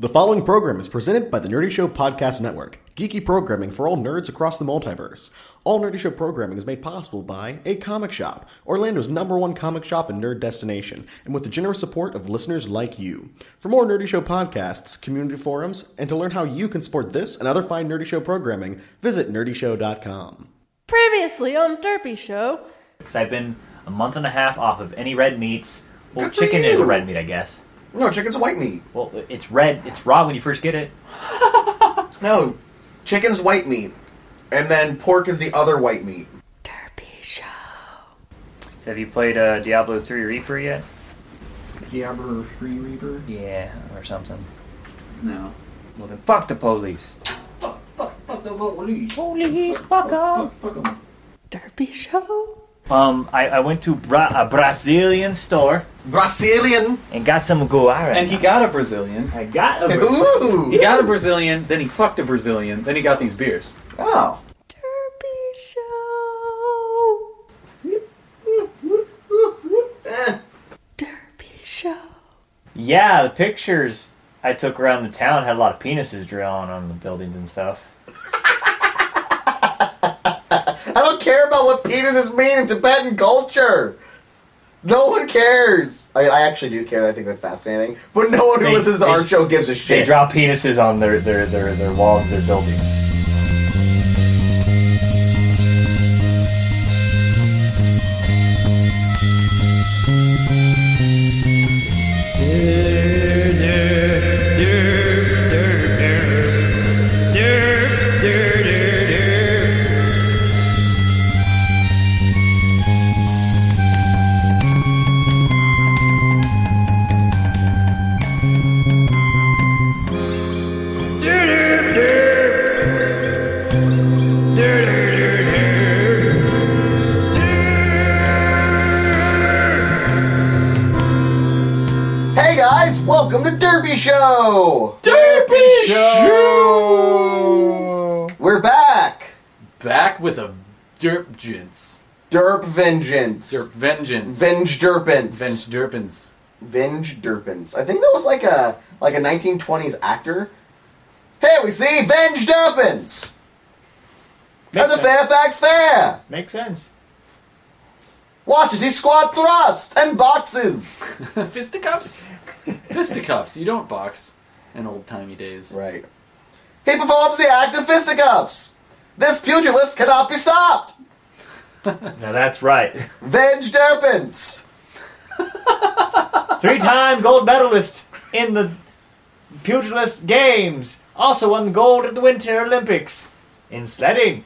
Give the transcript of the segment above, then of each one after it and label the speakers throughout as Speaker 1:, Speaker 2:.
Speaker 1: The following program is presented by the Nerdy Show Podcast Network, geeky programming for all nerds across the multiverse. All Nerdy Show programming is made possible by A Comic Shop, Orlando's number one comic shop and nerd destination, and with the generous support of listeners like you. For more Nerdy Show podcasts, community forums, and to learn how you can support this and other fine Nerdy Show programming, visit nerdyshow.com.
Speaker 2: Previously on Derpy Show,
Speaker 3: because I've been a month and a half off of any red meats. Well, chicken is a red meat, I guess.
Speaker 4: No, chicken's white meat.
Speaker 3: Well, it's red. It's raw when you first get it.
Speaker 4: No, chicken's white meat. And then pork is the other white meat.
Speaker 2: Derpy Show.
Speaker 5: So have you played uh, Diablo 3 Reaper yet?
Speaker 6: Diablo Free Reaper?
Speaker 5: Yeah, or something.
Speaker 6: No.
Speaker 5: Well, then fuck the police.
Speaker 6: Police, fuck up! Fuck them.
Speaker 2: Derpy Show.
Speaker 5: Um, I, I went to Bra- a Brazilian store
Speaker 4: Brazilian.
Speaker 5: and got some guara.
Speaker 6: And he got a Brazilian.
Speaker 5: I got a Brazilian.
Speaker 4: Ooh.
Speaker 6: He got a Brazilian, then he fucked a Brazilian, then he got these beers.
Speaker 4: Oh.
Speaker 2: Derpy Show.
Speaker 4: Eh.
Speaker 2: Derpy Show.
Speaker 5: Yeah, the pictures I took around the town had a lot of penises drawn on the buildings and stuff.
Speaker 4: I don't care about what penises mean in Tibetan culture. No one cares. I, I actually do care. I think that's fascinating. But no one who
Speaker 5: They-
Speaker 4: listens to our
Speaker 5: they-
Speaker 4: show gives a
Speaker 5: They
Speaker 4: shit.
Speaker 5: draw penises on their, their, their, their walls of their buildings.
Speaker 4: hey guys, welcome to Derby Show.
Speaker 6: Derpy Show!
Speaker 4: We're back.
Speaker 6: Back with a Derp Gents.
Speaker 4: Derp Vengeance.
Speaker 6: Derp Vengeance.
Speaker 4: Venge Derpins.
Speaker 6: Venge Derpins.
Speaker 4: Venge Derpins. I think that was like a like a 1920s actor. Hey, we see Venge Derpins at
Speaker 5: Makes
Speaker 4: the
Speaker 5: sense.
Speaker 4: Fairfax Fair.
Speaker 5: Makes sense.
Speaker 4: Watch as he squat thrusts and boxes.
Speaker 6: Fisticuffs? Fisticuffs. You don't box in old timey days.
Speaker 4: Right. He performs the act of fisticuffs. This pugilist cannot be stopped.
Speaker 5: Now that's right.
Speaker 4: Venge Derpins.
Speaker 5: Three time gold medalist in the Pugilist Games. Also won gold at the Winter Olympics in sledding.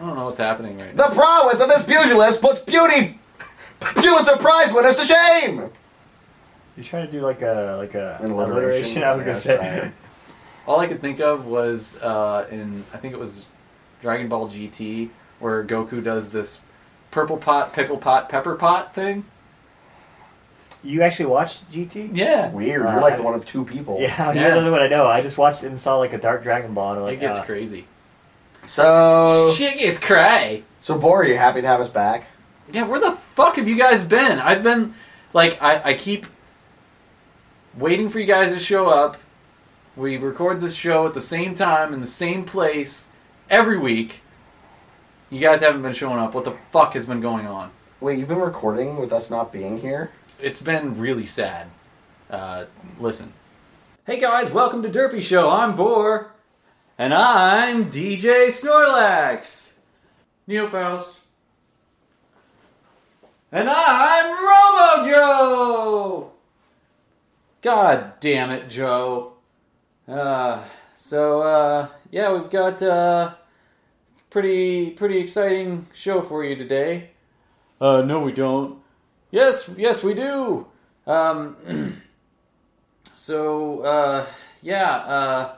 Speaker 6: I don't know what's happening right now.
Speaker 4: The prowess of this pugilist puts beauty Pulitzer Prize winners to shame.
Speaker 5: You're trying to do like a like a
Speaker 4: An
Speaker 5: alliteration.
Speaker 4: alliteration?
Speaker 5: I was
Speaker 4: Yeah,
Speaker 5: gonna say.
Speaker 4: try it.
Speaker 6: All I could think of was uh, in I think it was Dragon Ball GT where Goku does this purple pot, pickle pot, pepper pot thing.
Speaker 5: You actually watched GT?
Speaker 6: Yeah,
Speaker 4: Weird. You're like the one of two people.
Speaker 5: Yeah,
Speaker 6: Yeah.
Speaker 5: yeah. don't know what I know. I just watched it and saw like a Dark Dragon Ball, and I'm like,
Speaker 6: it gets
Speaker 5: uh,
Speaker 6: crazy.
Speaker 4: So,
Speaker 6: Shit gets cray.
Speaker 4: so Bori, you happy to have us back?
Speaker 6: Yeah, where the fuck have you guys been? I've been like I, I keep waiting for you guys to show up. We record this show at the same time in the same place every week. You guys haven't been showing up. What the fuck has been going on?
Speaker 4: Wait, you've been recording with us not being here?
Speaker 6: it's been really sad. Uh, listen. Hey guys, welcome to Derpy Show. I'm Boar. And I'm DJ Snorlax. Neo Faust. And I'm Robo Joe! God damn it, Joe. Uh, so, uh, yeah, we've got, uh, pretty, pretty exciting show for you today. Uh, no we don't. Yes, yes, we do. Um, so uh, yeah, uh,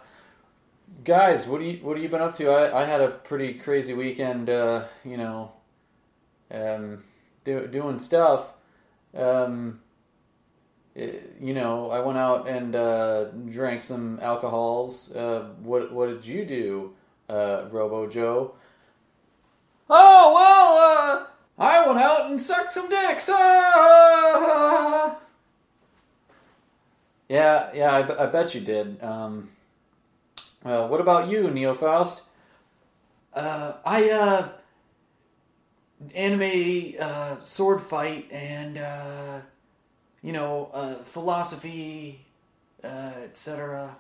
Speaker 6: guys, what do you what have you been up to? I, I had a pretty crazy weekend. Uh, you know, um, do, doing stuff. Um, it- you know, I went out and uh, drank some alcohols. Uh, what what did you do, uh, Robo Joe? Oh well, uh, I went out and sucked some dicks. uh, Ah! Yeah, yeah, I, be- I bet you did. Um, uh, what about you, Neo Faust? Uh, I uh, anime uh, sword fight and uh, you know uh, philosophy, uh, etc.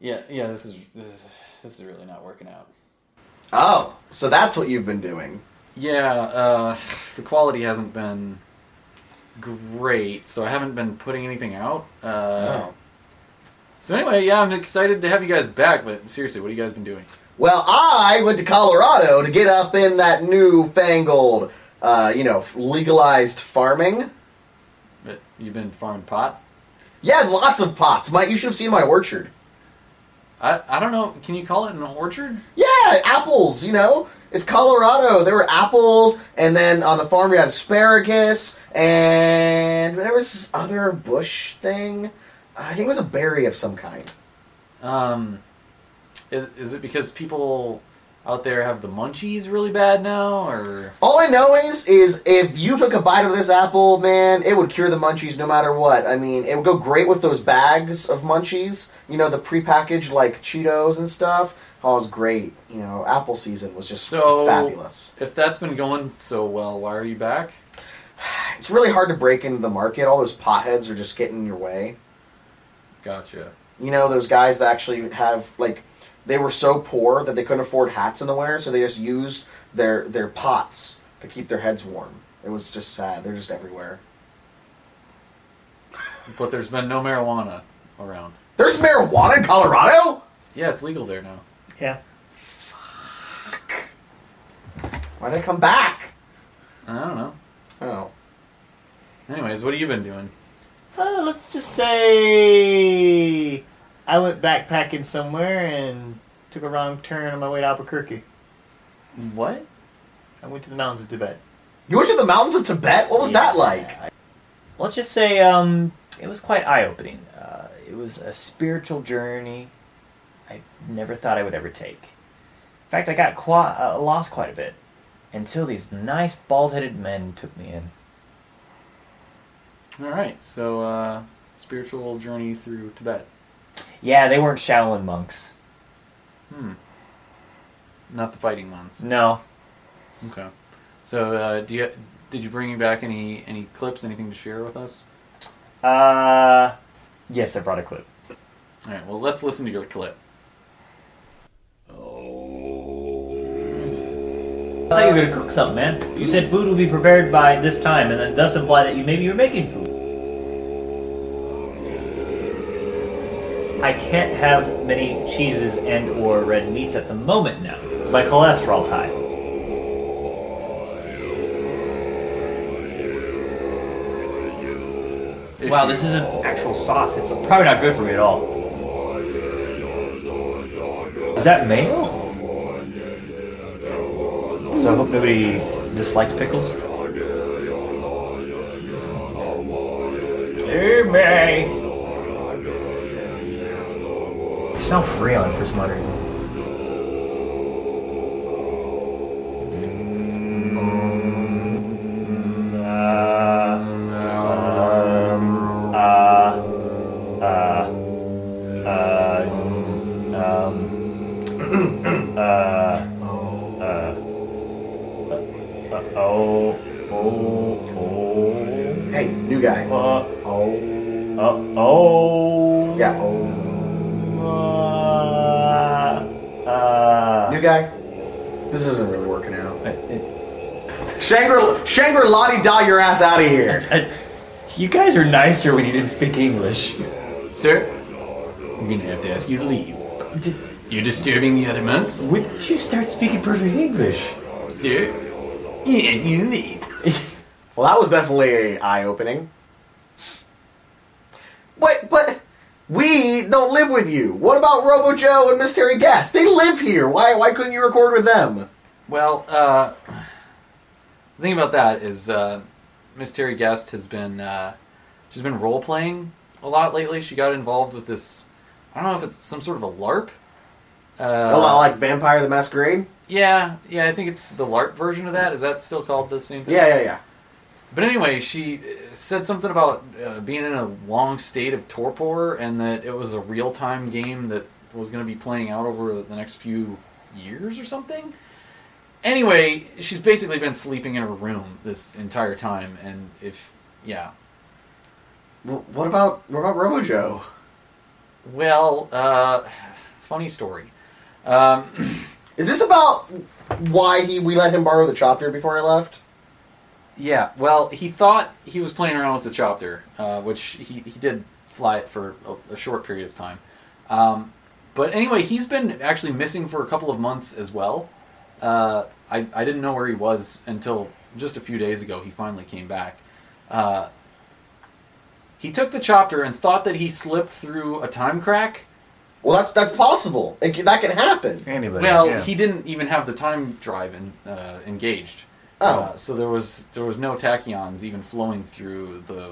Speaker 6: Yeah, yeah, this is this, this is really not working out.
Speaker 4: Oh, so that's what you've been doing.
Speaker 6: Yeah, uh, the quality hasn't been great, so I haven't been putting anything out. Uh,
Speaker 4: Oh.
Speaker 6: So anyway, yeah, I'm excited to have you guys back. But seriously, what have you guys been doing?
Speaker 4: Well, I went to Colorado to get up in that newfangled, uh, you know, legalized farming.
Speaker 6: Uh, You've been farming pot.
Speaker 4: Yeah, lots of pots. My, you should have seen my orchard.
Speaker 6: I I don't know. Can you call it an orchard?
Speaker 4: Yeah, apples, you know? It's Colorado. There were apples, and then on the farm we had asparagus, and there was this other bush thing. I think it was a berry of some kind.
Speaker 6: Um, is is it because people out there have the munchies really bad now, or
Speaker 4: All I know is, is if you took a bite of this apple, man, it would cure the munchies no matter what. I mean, it would go great with those bags of munchies. You know, the prepackaged like Cheetos and stuff. Oh, it was great. You know, apple season was just
Speaker 6: so
Speaker 4: fabulous.
Speaker 6: If that's been going so well, why are you back?
Speaker 4: It's really hard to break into the market. All those potheads are just getting in your way.
Speaker 6: Gotcha.
Speaker 4: You know, those guys that actually have like they were so poor that they couldn't afford hats in the winter, so they just used their their pots to keep their heads warm. It was just sad. They're just everywhere.
Speaker 6: But there's been no marijuana around.
Speaker 4: There's marijuana in Colorado?
Speaker 6: Yeah, it's legal there now.
Speaker 7: Yeah.
Speaker 4: Why'd I come back?
Speaker 6: I don't know.
Speaker 4: Oh.
Speaker 6: Anyways, what have you been doing?
Speaker 7: Uh, let's just say I went backpacking somewhere and took a wrong turn on my way to Albuquerque.
Speaker 5: What?
Speaker 7: I went to the mountains of Tibet.
Speaker 4: You went to the mountains of Tibet? What was that
Speaker 7: Yeah,
Speaker 4: like?
Speaker 7: I- let's just say um, it was quite eye opening. Uh, it was a spiritual journey I never thought I would ever take. In fact, I got quite, uh, lost quite a bit until these nice bald headed men took me in.
Speaker 6: All right, so uh, spiritual journey through Tibet.
Speaker 7: Yeah, they weren't Shaolin monks.
Speaker 6: Hmm. Not the fighting ones.
Speaker 7: No.
Speaker 6: Okay. So, uh, do you did you bring back any any clips, anything to share with us?
Speaker 7: Uh, yes, I brought a clip.
Speaker 6: All right. Well, let's listen to your clip.
Speaker 5: I thought you were gonna cook something, man. You said food will be prepared by this time, and that does imply that you maybe you're making food. I can't have many cheeses and or red meats at the moment now. My cholesterol's high. Wow, this isn't actual sauce. It's probably not good for me at all. Is that mayo? So I hope nobody dislikes pickles. Hey, May. They smell Freon for some odd reason. Mm, uh, um, uh, uh, uh, um, uh, uh, oh, oh,
Speaker 4: Hey, new guy.
Speaker 5: oh, uh,
Speaker 4: Oh.
Speaker 5: uh, oh.
Speaker 4: Yeah, oh.
Speaker 5: Uh, uh,
Speaker 4: New guy? This isn't really working out.
Speaker 5: it-
Speaker 4: Shangri Shangri Lottie Da your ass out of here.
Speaker 5: it- you guys are nicer when you didn't speak English.
Speaker 6: Sir, I'm gonna have to ask you to leave.
Speaker 5: Did,
Speaker 6: You're disturbing the other monks,
Speaker 5: when did you start speaking perfect English?
Speaker 6: sir. Yeah, you leave.
Speaker 4: Well, that was definitely eye opening. But but we don't live with you. What about Robo Joe and Miss Terry Guest? They live here. Why why couldn't you record with them?
Speaker 6: Well, uh, the thing about that is uh, Miss Terry Guest has been uh, she's been role playing a lot lately. She got involved with this. I don't know if it's some sort of a LARP. Uh,
Speaker 4: a lot Oh, like Vampire the Masquerade.
Speaker 6: yeah, yeah. I think it's the LARP version of that. Is that still called the same thing?
Speaker 4: Yeah yeah yeah.
Speaker 6: But anyway, she uh, said something about uh, being in a long state of torpor and that it was a real time game that was going to be playing out over the next few years or something. Anyway, she's basically been sleeping in her room this entire time, and if, yeah.
Speaker 4: Well, what about what about Robo Joe?
Speaker 6: Well, uh, funny story. Um,
Speaker 4: Is this about why he we let him borrow the chopper before I left?
Speaker 6: Yeah, well, he thought he was playing around with the chopper, uh, which he, he did fly it for a, a short period of time. Um, but anyway, he's been actually missing for a couple of months as well. Uh, I, I didn't know where he was until just a few days ago. He finally came back. Uh, he took the chopper and thought that he slipped through a time crack.
Speaker 4: Well, that's that's possible. It, can- that can happen.
Speaker 5: Anybody.
Speaker 6: Well,
Speaker 5: yeah.
Speaker 6: he didn't even have the time drive in, uh, engaged.
Speaker 4: Oh.
Speaker 6: Uh, so there was there was no tachyons even flowing through
Speaker 4: Were
Speaker 6: the
Speaker 4: there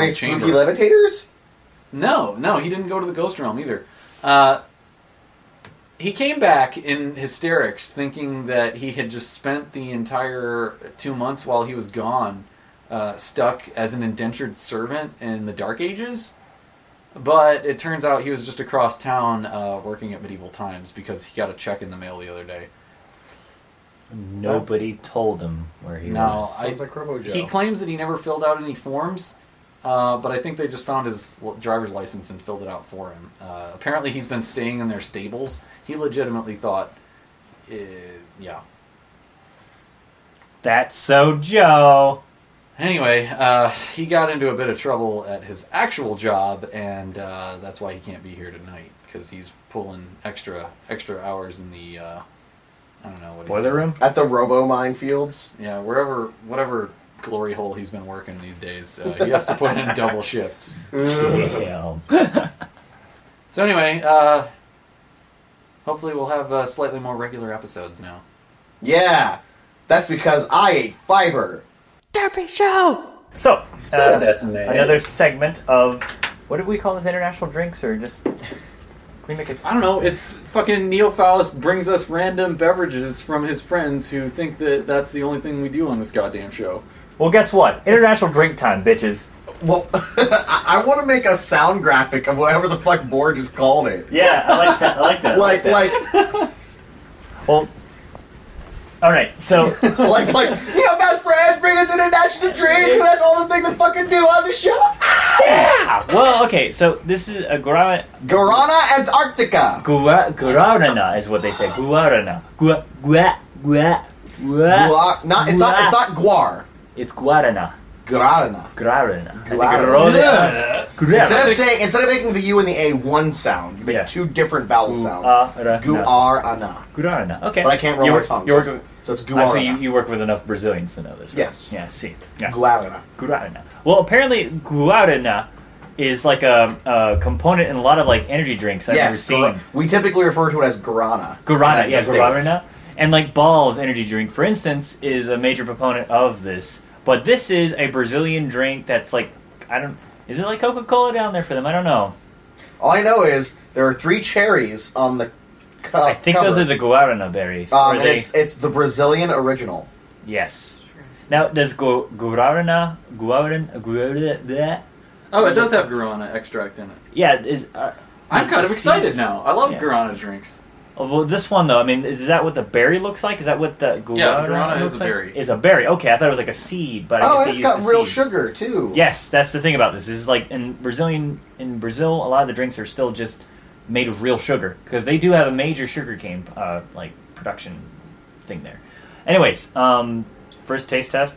Speaker 4: any
Speaker 6: chronotron chamber.
Speaker 4: spooky levitators?
Speaker 6: no, no, he didn't go to the ghost realm either. Uh, he came back in hysterics, thinking that he had just spent the entire two months while he was gone uh, stuck as an indentured servant in the Dark Ages. But it turns out he was just across town uh, working at medieval times because he got a check in the mail the other day.
Speaker 5: Nobody told him where he
Speaker 6: No,
Speaker 5: was.
Speaker 6: I,
Speaker 4: Sounds like Robo Joe.
Speaker 6: he claims that he never filled out any forms, uh, but I think they just found his l- driver's license and filled it out for him. Uh, apparently, he's been staying in their stables. He legitimately thought, uh, yeah.
Speaker 5: That's so Joe.
Speaker 6: Anyway, uh, he got into a bit of trouble at his actual job, and uh, that's why he can't be here tonight because he's pulling extra extra hours in the uh, I don't know what he's
Speaker 5: Boiler
Speaker 6: doing.
Speaker 5: room?
Speaker 4: At the Robo minefields.
Speaker 6: Yeah, wherever whatever glory hole he's been working these days, uh, he has to put in double shifts.
Speaker 5: Damn.
Speaker 6: So anyway, uh, hopefully we'll have uh, slightly more regular episodes now.
Speaker 4: Yeah, that's because I ate fiber.
Speaker 2: Derpy Show!
Speaker 5: So, uh,
Speaker 6: Decimated.
Speaker 5: another segment of what did we call this? International drinks or just? Can we make a?
Speaker 6: I don't know. It's fucking Neil Faust brings us random beverages from his friends who think that that's the only thing we do on this goddamn show.
Speaker 5: Well, guess what? International drink time, bitches.
Speaker 4: Well, I, I want to make a sound graphic of whatever the fuck Borg just called it.
Speaker 5: Yeah, I like that. I like that. I
Speaker 4: Like,
Speaker 5: that.
Speaker 4: like,
Speaker 5: Well, all right. So
Speaker 4: like, like, you know, best friends bring us international drinks, and that's all the thing to fucking do on the show.
Speaker 5: well, okay. So this is a gra-
Speaker 4: Guarana, Antarctica.
Speaker 5: gua guarana is what they say. Guarana. Gua gua gua gua.
Speaker 4: Guar- not, it's not, it's not guar.
Speaker 5: It's guarana.
Speaker 4: Guarana.
Speaker 5: Guarana.
Speaker 6: Yeah.
Speaker 5: Guarana.
Speaker 4: Instead
Speaker 5: Guarana.
Speaker 4: of saying, instead of making the U and the A one sound, you make
Speaker 5: Yeah. uh,
Speaker 4: two different vowel sounds.
Speaker 5: Guarana.
Speaker 4: Guarana.
Speaker 5: Guarana. Okay.
Speaker 4: But I can't roll
Speaker 5: You
Speaker 4: my
Speaker 5: work-
Speaker 4: tongue.
Speaker 5: You work
Speaker 4: so,
Speaker 5: with.
Speaker 4: so it's
Speaker 5: Ah, so you,
Speaker 4: guarana.
Speaker 5: you work with enough Brazilians to know this, right?
Speaker 4: Yes.
Speaker 5: Yeah, I see. Yeah.
Speaker 4: Guarana.
Speaker 5: Guarana. Well, apparently guarana is like a, a component in a lot of like energy drinks I've
Speaker 4: Yes,
Speaker 5: ever
Speaker 4: gra-
Speaker 5: seen.
Speaker 4: we typically refer to it as guarana.
Speaker 5: Guarana,
Speaker 4: in the
Speaker 5: yeah,
Speaker 4: States.
Speaker 5: guarana. And like Ball's energy drink, for instance, is a major proponent of this. But this is a Brazilian drink that's like I don't is it like Coca Cola down there for them? I don't know.
Speaker 4: All I know is there are three cherries on the cup.
Speaker 5: I think those are the guarana berries.
Speaker 4: Um,
Speaker 5: Or
Speaker 4: and
Speaker 5: they-
Speaker 4: it's it's the Brazilian original.
Speaker 5: yes. Now does gu- guarana guaran guarana
Speaker 6: Oh, it does have guarana extract in it.
Speaker 5: yeah is uh,
Speaker 6: I'm
Speaker 5: is
Speaker 6: kind
Speaker 5: the
Speaker 6: of excited
Speaker 5: seeds-
Speaker 6: now. I love
Speaker 5: Yeah.
Speaker 6: guarana drinks.
Speaker 5: Oh, well, this one though, I mean, is that what the berry looks like? Is that what the guarana
Speaker 6: guarana
Speaker 5: looks
Speaker 6: is a
Speaker 5: like?
Speaker 6: berry.
Speaker 5: Is a berry? Okay, I thought it was like a seed, but I
Speaker 4: Oh,
Speaker 5: guess
Speaker 4: and
Speaker 5: they
Speaker 4: it's
Speaker 5: use
Speaker 4: got
Speaker 5: the
Speaker 4: real
Speaker 5: seeds.
Speaker 4: sugar too.
Speaker 5: Yes, that's the thing about this. Is like in Brazilian in Brazil, a lot of the drinks are still just made of real sugar because they do have a major sugar cane uh, like production thing there. Anyways, um, first taste test.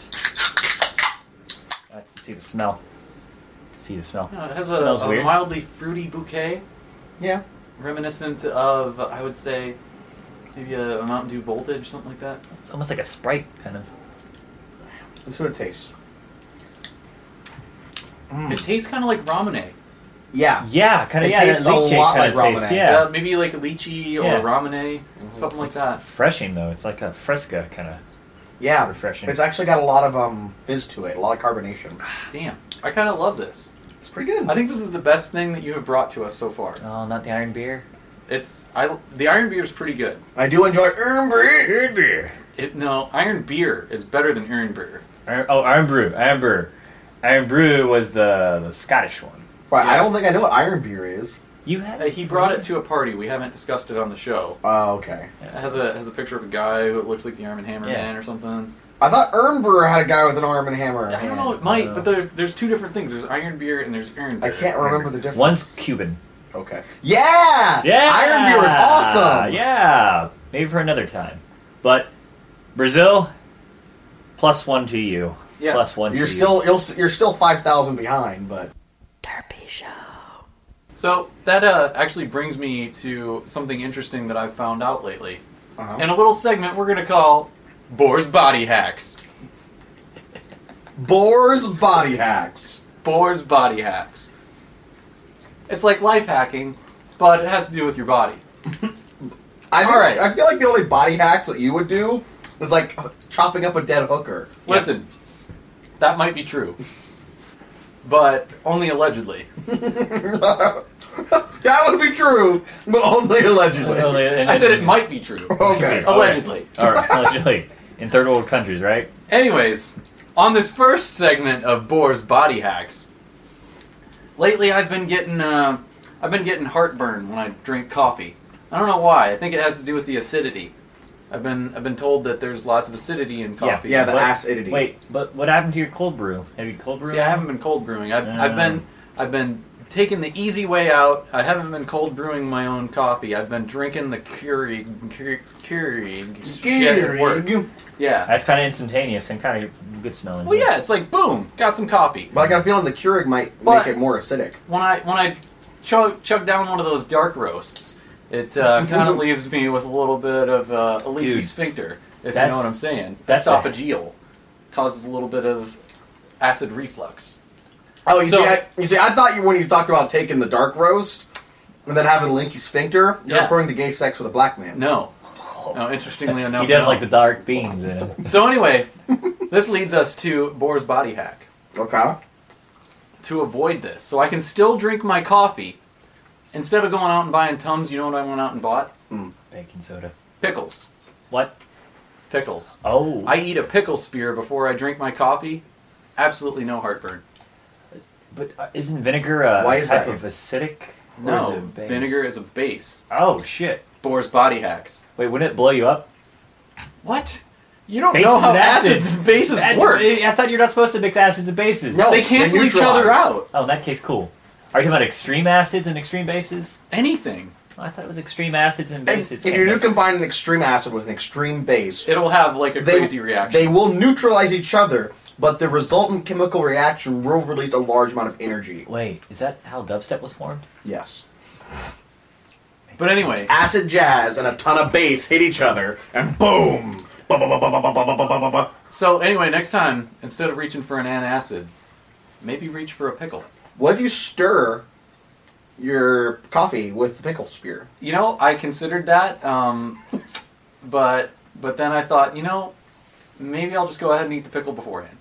Speaker 5: Let's see the smell. See the smell.
Speaker 6: Yeah, Uh, it has a,
Speaker 5: Smells
Speaker 6: a
Speaker 5: weird.
Speaker 6: mildly fruity bouquet,
Speaker 4: Yeah.
Speaker 6: reminiscent of I would say maybe a, a Mountain Dew Voltage, something like that.
Speaker 5: It's almost like a Sprite kind of.
Speaker 4: That's what it tastes.
Speaker 6: It tastes kind of like ramen.
Speaker 4: Yeah.
Speaker 5: Yeah, kind of.
Speaker 4: It
Speaker 5: Yeah,
Speaker 4: tastes
Speaker 5: that
Speaker 4: a
Speaker 5: leche
Speaker 4: lot
Speaker 5: kinda
Speaker 4: like
Speaker 5: taste,
Speaker 4: ramen.
Speaker 5: Yeah,
Speaker 6: Uh, maybe like a lychee
Speaker 5: Yeah. Mm-hmm.
Speaker 6: or ramen, something like
Speaker 5: It's
Speaker 6: that.
Speaker 5: Freshing though, it's like a fresca kind of.
Speaker 4: Yeah.
Speaker 5: Refreshing.
Speaker 4: It's actually got a lot of um fizz to it, a lot of carbonation.
Speaker 6: Damn, I kind of love this.
Speaker 4: It's pretty good.
Speaker 6: I think this is the best thing that you have brought to us so far.
Speaker 5: Oh, not the iron beer.
Speaker 6: It's I the iron beer is pretty good.
Speaker 4: I do enjoy umbre.
Speaker 5: Iron beer.
Speaker 6: It no iron beer is better than iron beer.
Speaker 5: Iron, oh, iron brew. Iron brew. Iron brew was the the Scottish one.
Speaker 4: Right, I don't think I know what iron beer is.
Speaker 5: You had.
Speaker 6: Uh, he brought it to a party. We haven't discussed it on the show.
Speaker 4: Oh, okay.
Speaker 6: It has a has a picture of a guy who looks like the Arm and Hammer
Speaker 5: Yeah.
Speaker 6: man or something.
Speaker 4: I thought Ermbrewer had a guy with an arm and hammer.
Speaker 6: I don't know. It
Speaker 4: hand.
Speaker 6: might, but
Speaker 5: Uh.
Speaker 6: there, there's two different things. There's iron beer and there's iron
Speaker 4: I
Speaker 6: beer.
Speaker 4: can't remember the difference.
Speaker 5: One's Cuban.
Speaker 4: Okay. Yeah!
Speaker 5: Yeah.
Speaker 4: Iron beer is awesome!
Speaker 5: Yeah. Maybe for another time, but Brazil. Plus one to you.
Speaker 6: Yeah.
Speaker 5: Plus one.
Speaker 4: You're
Speaker 5: to
Speaker 4: still you'll, s- you're still five thousand behind, but
Speaker 8: Derpy Show.
Speaker 6: So that uh, actually brings me to something interesting that I've found out lately.
Speaker 4: Uh-huh.
Speaker 6: In a little segment we're gonna call Boar's Body Hacks.
Speaker 4: Boar's body hacks.
Speaker 6: Boar's Body Hacks. It's like life hacking, but it has to do with your body.
Speaker 4: I think,
Speaker 6: All right.
Speaker 4: I feel like the only body hacks that you would do is like chopping up a dead hooker.
Speaker 6: Listen, that might be true, but only allegedly.
Speaker 4: That would be true, but only
Speaker 5: You.
Speaker 4: allegedly.
Speaker 6: I said it might be true.
Speaker 4: Okay.
Speaker 6: Allegedly.
Speaker 5: oh, All right. Allegedly, in third world countries, right?
Speaker 6: Anyways, on this first segment of Boar's Body Hacks, lately I've been getting uh, I've been getting heartburn when I drink coffee. I don't know why. I think it has to do with the acidity. I've been I've been told that there's lots of acidity in
Speaker 5: Yeah.
Speaker 6: coffee.
Speaker 4: Yeah, the
Speaker 5: What?
Speaker 4: acidity.
Speaker 5: Wait, but what happened to your cold brew? Have you cold brew?
Speaker 6: See, I haven't been cold brewing. I've, I've
Speaker 5: Um.
Speaker 6: been I've been taking the easy way out. I haven't been cold brewing my own coffee. I've been drinking the Keurig Keurig, Keurig shit at work. Yeah.
Speaker 5: That's kind of instantaneous and kind of good smelling.
Speaker 6: Well, yeah. It's like boom, got some coffee.
Speaker 4: But I got a feeling the Keurig might
Speaker 6: But-
Speaker 4: make it more acidic.
Speaker 6: When I when I chug, chug down one of those dark roasts, it uh, kind of leaves me with a little bit of uh, a leaky
Speaker 5: Dude,
Speaker 6: sphincter. If you
Speaker 5: that's-
Speaker 6: know what I'm saying.
Speaker 5: that's a-
Speaker 6: Esophageal causes a little bit of acid reflux.
Speaker 4: Oh, you
Speaker 6: So-
Speaker 4: see, I, you see, I thought you when you talked about taking the dark roast and then having Linky sphincter, you're
Speaker 6: Yeah.
Speaker 4: referring to gay sex with a black man.
Speaker 6: No. No, interestingly enough,
Speaker 5: He does
Speaker 6: no.
Speaker 5: like the dark beans in it.
Speaker 6: So anyway, this leads us to Boar's body hack
Speaker 4: Okay.
Speaker 6: to avoid this. So I can still drink my coffee instead of going out and buying tums. You know what I went out and bought?
Speaker 5: Baking soda.
Speaker 6: Pickles.
Speaker 5: What?
Speaker 6: Pickles.
Speaker 5: Oh,
Speaker 6: I eat a pickle spear before I drink my coffee. Absolutely no heartburn.
Speaker 5: but uh, isn't vinegar a
Speaker 4: Why is
Speaker 5: type
Speaker 4: that?
Speaker 5: of acidic? or is
Speaker 6: No,
Speaker 5: it base?
Speaker 6: vinegar is a base.
Speaker 5: Oh shit!
Speaker 6: Boar's body hacks.
Speaker 5: Wait, wouldn't it blow you up?
Speaker 6: What? You don't
Speaker 5: Bases
Speaker 6: know how
Speaker 5: and acid.
Speaker 6: acids and bases
Speaker 5: That-
Speaker 6: work.
Speaker 5: I thought you're not supposed to mix acids and bases.
Speaker 4: No.
Speaker 6: they
Speaker 4: they
Speaker 6: cancel each other
Speaker 4: neutralize.
Speaker 6: out.
Speaker 5: Oh, in that case, cool. Are you talking about extreme acids and extreme bases?
Speaker 6: Anything.
Speaker 5: I thought it was extreme acids and
Speaker 4: If,
Speaker 5: bases.
Speaker 4: if you do combine an extreme acid with an extreme base,
Speaker 6: It'll have like a
Speaker 4: they,
Speaker 6: crazy reaction.
Speaker 4: they will neutralize each other, but the resultant chemical reaction will release a large amount of energy.
Speaker 5: Wait, is that how dubstep was formed?
Speaker 4: Yes.
Speaker 6: but anyway,
Speaker 4: Acid jazz and a ton of bass hit each other, and boom! Ba-ba-ba-ba-ba-ba-ba-ba-ba-ba.
Speaker 6: So anyway, next time, instead of reaching for an antacid, maybe reach for a pickle.
Speaker 4: What if you stir your coffee with the pickle spear?
Speaker 6: You know, I considered that, um, but but then I thought, you know, maybe I'll just go ahead and eat the pickle beforehand.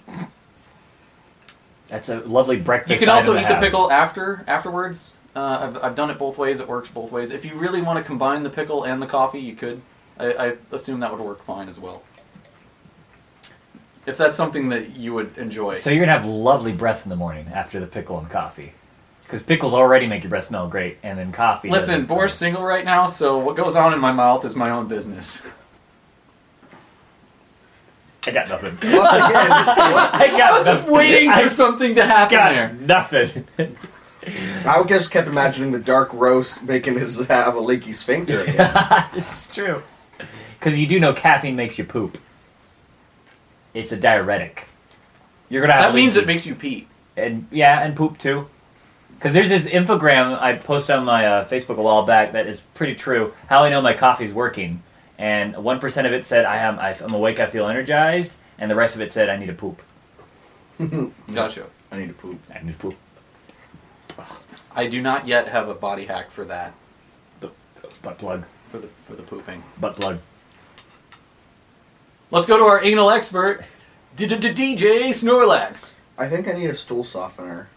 Speaker 5: That's a lovely breakfast.
Speaker 6: You can
Speaker 5: item
Speaker 6: also
Speaker 5: to
Speaker 6: eat the
Speaker 5: have.
Speaker 6: pickle after afterwards. Uh, I've, I've done it both ways. It works both ways. If you really want to combine the pickle and the coffee, you could. I, I assume that would work fine as well. If that's something that you would enjoy.
Speaker 5: So you're gonna have lovely breath in the morning after the pickle and coffee, because pickles already make your breath smell great, and then coffee.
Speaker 6: Listen,
Speaker 5: doesn't.
Speaker 6: Boris single right now, so what goes on in my mouth is my own business.
Speaker 5: I got nothing.
Speaker 4: Once again,
Speaker 5: I got
Speaker 6: I was just
Speaker 5: nothing.
Speaker 6: waiting
Speaker 5: I
Speaker 6: for something to happen
Speaker 5: got
Speaker 6: there.
Speaker 5: nothing.
Speaker 4: I just kept imagining the dark roast making his have a leaky sphincter again.
Speaker 5: it's true. Because you do know caffeine makes you poop. It's a diuretic. You're gonna have
Speaker 6: That means
Speaker 5: leaky-
Speaker 6: it makes you pee.
Speaker 5: and yeah, and poop too. Because there's this infogram I posted on my uh, Facebook a while back that is pretty true. How I know my coffee's working, and one percent of it said I am I- I'm awake, I feel energized, and the rest of it said I need to poop.
Speaker 6: Nacho.
Speaker 4: I need to poop.
Speaker 5: I need poop.
Speaker 6: I do not yet have a body hack for that,
Speaker 5: Butt- Butt plug.
Speaker 6: for the for the pooping.
Speaker 5: Butt plug.
Speaker 6: Let's go to our anal expert, DJ Snorlax.
Speaker 4: I think I need a stool softener.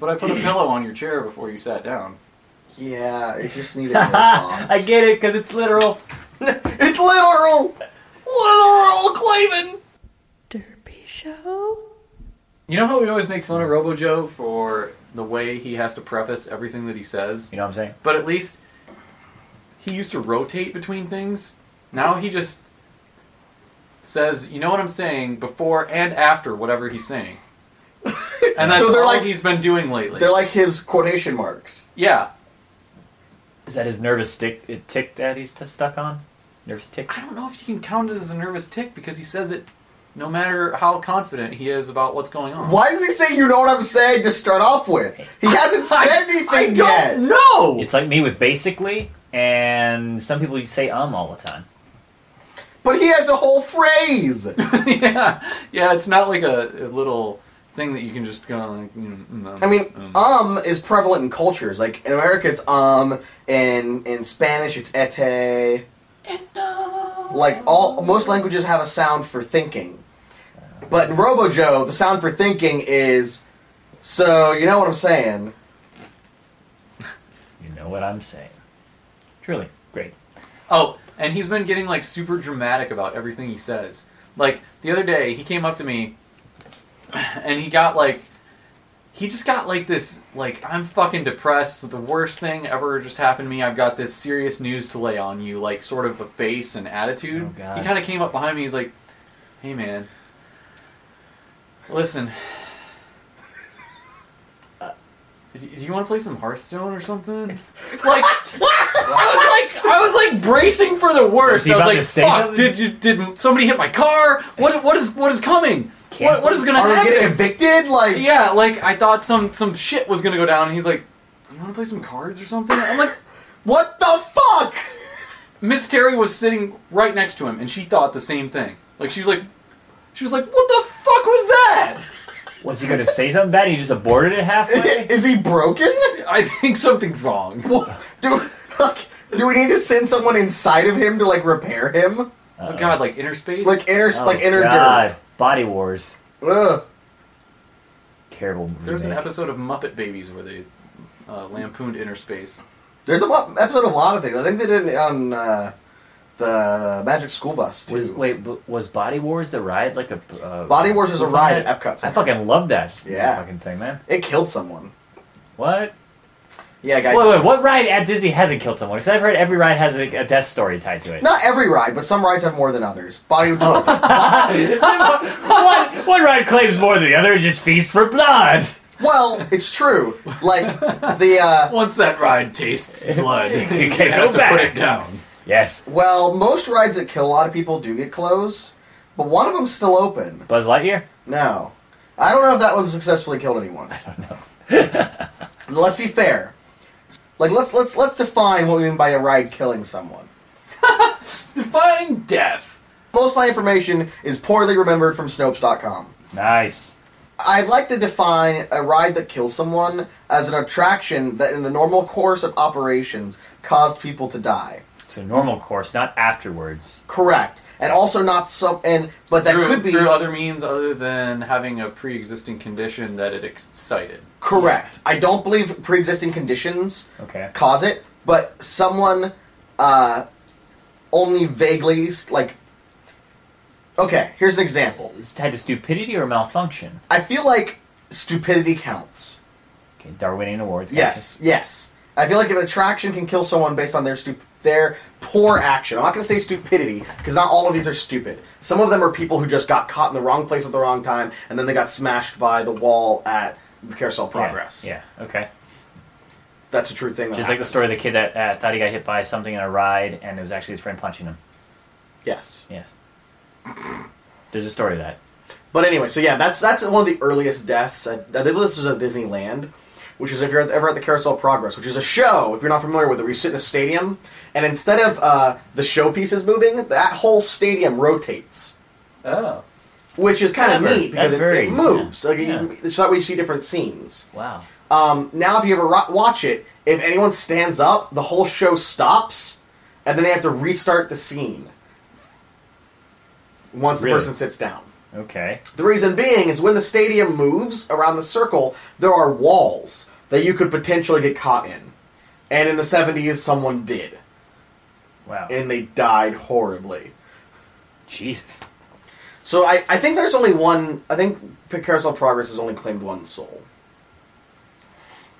Speaker 6: But I put a pillow on your chair before you sat down.
Speaker 4: Yeah, I just need it more soft.
Speaker 5: I get it because it's literal.
Speaker 4: it's literal!
Speaker 6: Literal Clavin!
Speaker 8: Derpy Show.
Speaker 6: You know how we always make fun of Robo Joe for the way he has to preface everything that he says?
Speaker 5: You know what I'm saying?
Speaker 6: But at least he used to rotate between things. Now he just says, you know what I'm saying, before and after whatever he's saying. And that's
Speaker 4: So they're
Speaker 6: all
Speaker 4: like-
Speaker 6: he's been doing lately.
Speaker 4: They're like his quotation marks.
Speaker 6: yeah.
Speaker 5: Is that his nervous stick it tick that he's t- stuck on? Nervous tick.
Speaker 6: I don't know if you can count it as a nervous tick because he says it no matter how confident he is about what's going on.
Speaker 4: Why does he say you know what I'm saying to start off with? He hasn't said anything
Speaker 6: I don't
Speaker 4: yet.
Speaker 6: know!
Speaker 5: It's like me with basically, and some people say um all the time.
Speaker 4: But he has a whole phrase.
Speaker 6: yeah, yeah. It's not like a, a little thing that you can just go like. Mm, mm, um,
Speaker 4: I mean,
Speaker 6: um.
Speaker 4: um is prevalent in cultures. Like in America, it's um, and in Spanish, it's ete. Like all, most languages have a sound for thinking, but in RoboJo, the sound for thinking is. So you know what I'm saying?
Speaker 5: You know what I'm saying? Truly great.
Speaker 6: Oh, and he's been getting like super dramatic about everything he says. Like the other day, he came up to me, and he got like, he just got like this like I'm fucking depressed. The worst thing ever just happened to me. I've got this serious news to lay on you. Like sort of a face and attitude.
Speaker 5: Oh, God.
Speaker 6: he kind of came up behind me. He's like, "Hey man, listen." uh, Do do you want to play some Hearthstone or something? Like, I was like, I was like bracing for the
Speaker 5: Was
Speaker 6: worst.
Speaker 5: he
Speaker 6: I was
Speaker 5: about
Speaker 6: like,
Speaker 5: to say
Speaker 6: fuck,
Speaker 5: something?
Speaker 6: did you, did somebody hit my car? What what is what is coming? What, what is gonna
Speaker 4: Are we getting
Speaker 6: happen?
Speaker 4: evicted? Like
Speaker 6: Yeah, like I thought some some shit was gonna go down, and he's like, you want to play some cards or something? I'm like,
Speaker 4: what the fuck?
Speaker 6: Miss Terry was sitting right next to him, and she thought the same thing. Like she was like, she was like, what the fuck was that?
Speaker 5: Was he gonna say something bad? And he just aborted it halfway.
Speaker 4: Is he broken?
Speaker 6: I think something's wrong.
Speaker 4: Do like, do we need to send someone inside of him to like repair him?
Speaker 5: Uh,
Speaker 6: Oh god, like inner space.
Speaker 4: Like inner,
Speaker 5: Oh,
Speaker 4: like inner
Speaker 5: God. Body wars.
Speaker 4: dirt. Ugh.
Speaker 5: Terrible.
Speaker 6: there was an
Speaker 5: remake.
Speaker 6: episode of Muppet Babies where they uh, lampooned inner space.
Speaker 4: There's a lot, episode of a lot of things. I think they did it on uh, the Magic School Bus too.
Speaker 5: Was wait bu- was Body Wars the ride like a uh,
Speaker 4: Body Wars was a ride at Epcot
Speaker 5: I
Speaker 4: Center.
Speaker 5: fucking love that.
Speaker 4: Yeah.
Speaker 5: fucking thing, man.
Speaker 4: It killed someone.
Speaker 5: What?
Speaker 4: Yeah, guy.
Speaker 5: Wait, wait, what ride at Disney hasn't killed someone? Because I've heard every ride has a, a death story tied to it.
Speaker 4: Not every ride, but some rides have more than others. Body.
Speaker 5: Oh. one, one ride claims more than the other and just feasts for blood.
Speaker 4: well, it's true. Like the uh,
Speaker 6: Once that ride tastes blood,
Speaker 5: You can't go back.
Speaker 6: down.
Speaker 5: Yes.
Speaker 4: well, most rides that kill a lot of people do get closed, but one of them's still open.
Speaker 5: Buzz Lightyear?
Speaker 4: No, I don't know if that one successfully killed anyone. I don't know. let's be fair. Like let's let's let's define what we mean by a ride killing someone.
Speaker 6: Defying death.
Speaker 4: Most of my information is poorly remembered from Snopes.com.
Speaker 5: Nice.
Speaker 4: I'd like to define a ride that kills someone as an attraction that, in the normal course of operations, caused people to die.
Speaker 5: So normal course, not afterwards.
Speaker 4: Correct, and also not some. And but that
Speaker 6: through,
Speaker 4: could be
Speaker 6: through other means other than having a pre-existing condition that it excited.
Speaker 4: correct. I don't believe pre-existing conditions
Speaker 5: Okay.
Speaker 4: cause it, but someone uh, only vaguely like. Okay, here's an example.
Speaker 5: It's tied to stupidity or malfunction.
Speaker 4: I feel like stupidity counts.
Speaker 5: Okay, Darwinian awards. gotcha.
Speaker 4: Yes, yes. I feel like if an attraction can kill someone based on their stup- their poor action. I'm not going to say stupidity because not all of these are stupid. Some of them are people who just got caught in the wrong place at the wrong time, and then they got smashed by the wall at Carousel
Speaker 5: Yeah,
Speaker 4: Progress.
Speaker 5: Yeah, okay.
Speaker 4: that's a true thing. that
Speaker 5: Just like the
Speaker 4: happened.
Speaker 5: story of the kid that uh, thought he got hit by something in a ride and it was actually his friend punching him.
Speaker 4: Yes,
Speaker 5: Yes. There's a story of that.
Speaker 4: but anyway, so yeah, that's that's one of the earliest deaths. At, uh, this was at Disneyland. Which is if you're ever at the Carousel Progress, which is a show. If you're not familiar with it, where you sit in a stadium, and instead of uh, the show pieces moving, that whole stadium rotates.
Speaker 6: Oh.
Speaker 4: which is kind of
Speaker 5: Clever.
Speaker 4: neat because
Speaker 5: That's
Speaker 4: it,
Speaker 5: very-
Speaker 4: it moves. Like
Speaker 5: yeah.
Speaker 4: you, it's that way you see different scenes.
Speaker 5: Wow.
Speaker 4: Um, now, if you ever ro- watch it, if anyone stands up, the whole show stops, and then they have to restart the scene once the
Speaker 5: Really?
Speaker 4: person sits down.
Speaker 5: Okay.
Speaker 4: The reason being is when the stadium moves around the circle, there are walls that you could potentially get caught in. And in the 70s, someone did.
Speaker 5: Wow.
Speaker 4: And they died horribly.
Speaker 5: Jesus.
Speaker 4: So I, I think there's only one. I think Carousel Progress has only claimed one soul.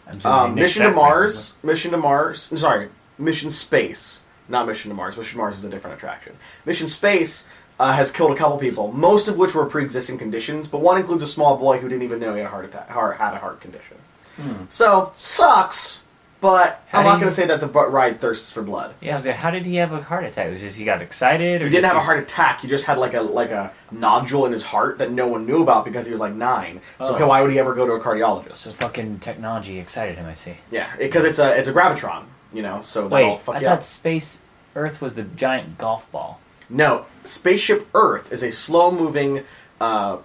Speaker 5: I'm sorry,
Speaker 4: Um,
Speaker 5: Nick,
Speaker 4: Mission
Speaker 5: that
Speaker 4: to
Speaker 5: random
Speaker 4: Mars. Mission to Mars. I'm sorry. Mission Space. Not Mission to Mars. Mission to Mars is a different attraction. Mission Space uh, has killed a couple people, most of which were pre-existing conditions, but one includes a small boy who didn't even know he had a heart attack, or had a heart condition.
Speaker 5: Hmm.
Speaker 4: So sucks, but
Speaker 5: How
Speaker 4: I'm
Speaker 5: do
Speaker 4: not
Speaker 5: you-
Speaker 4: going to say that the bu- ride thirsts for blood.
Speaker 5: Yeah, I was like, how did he have a heart attack? Was it just he got excited? Or
Speaker 4: He didn't
Speaker 5: just
Speaker 4: have a heart attack. He just had like a like a nodule in his heart that no one knew about because he was like nine. So
Speaker 5: Oh.
Speaker 4: why would he ever go to a cardiologist?
Speaker 5: So fucking technology excited him. I see.
Speaker 4: Yeah, because it's a it's a gravitron, you know. So
Speaker 5: Wait,
Speaker 4: that'll fuck
Speaker 5: I
Speaker 4: you up.
Speaker 5: thought space Earth was the giant golf ball.
Speaker 4: No, Spaceship Earth is a slow moving uh,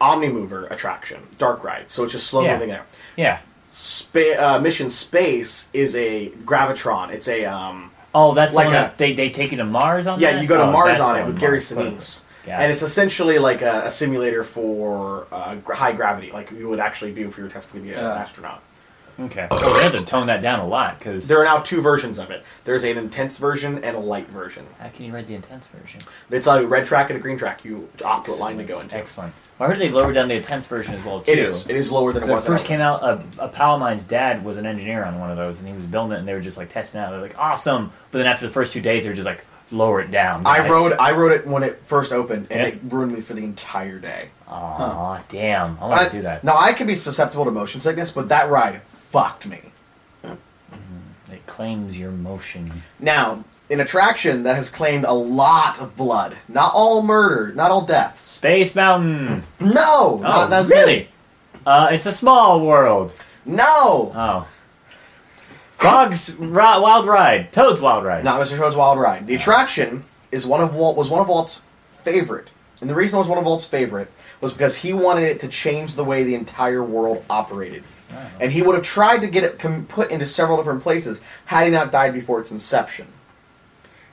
Speaker 4: Omnimover attraction, dark ride. So it's just slow
Speaker 5: Yeah.
Speaker 4: moving there.
Speaker 5: Yeah.
Speaker 4: Spa- uh, Mission Space is a gravitron. It's a um,
Speaker 5: Oh, that's
Speaker 4: Like
Speaker 5: like
Speaker 4: a-
Speaker 5: that they they take you to Mars on.
Speaker 4: yeah,
Speaker 5: that?
Speaker 4: you go to
Speaker 5: Oh,
Speaker 4: Mars
Speaker 5: that's
Speaker 4: on
Speaker 5: the
Speaker 4: it
Speaker 5: one,
Speaker 4: with Gary
Speaker 5: Mars.
Speaker 4: Sinise.
Speaker 5: Gotcha.
Speaker 4: And it's essentially like a, a simulator for uh, gr- high gravity, like you would actually be if you were testing to be an
Speaker 6: Yeah.
Speaker 4: astronaut.
Speaker 5: Okay. So they had to tone that down a lot because
Speaker 4: There are now two versions of it. There's an intense version and a light version.
Speaker 5: how can you ride the intense version?
Speaker 4: It's a red track and a green track. You opt what line to go into.
Speaker 5: Excellent. Well, I heard they lowered down the intense version as well too.
Speaker 4: It is. It is lower than it
Speaker 5: When it
Speaker 4: was. at
Speaker 5: first
Speaker 4: Outlander.
Speaker 5: came out, uh, a, a pal of mine's dad was an engineer on one of those, and he was building it, and they were just like testing it out. They're like, awesome! But then after the first two days, they were just like, lower it down.
Speaker 4: I
Speaker 5: guys."
Speaker 4: rode I rode it when it first opened, and
Speaker 5: Yeah.
Speaker 4: it ruined me for the entire day.
Speaker 5: Aw, damn! I want
Speaker 4: I-
Speaker 5: to do that.
Speaker 4: Now I could be susceptible to motion sickness, but that ride fucked me.
Speaker 5: It claims your motion.
Speaker 4: Now, an attraction that has claimed a lot of blood, not all murder, not all deaths.
Speaker 5: Space Mountain.
Speaker 4: No,
Speaker 5: Oh,
Speaker 4: not Ah, that's
Speaker 5: really? Uh, it's a small world.
Speaker 4: No,
Speaker 5: Oh. Frog's ri- Wild Ride. Toad's Wild Ride.
Speaker 4: not Mr. Toad's Wild Ride. The attraction is one of Walt was one of Walt's favorite, and the reason it was one of Walt's favorite was because he wanted it to change the way the entire world operated. And he would have tried to get it com- put into several different places had he not died before its inception.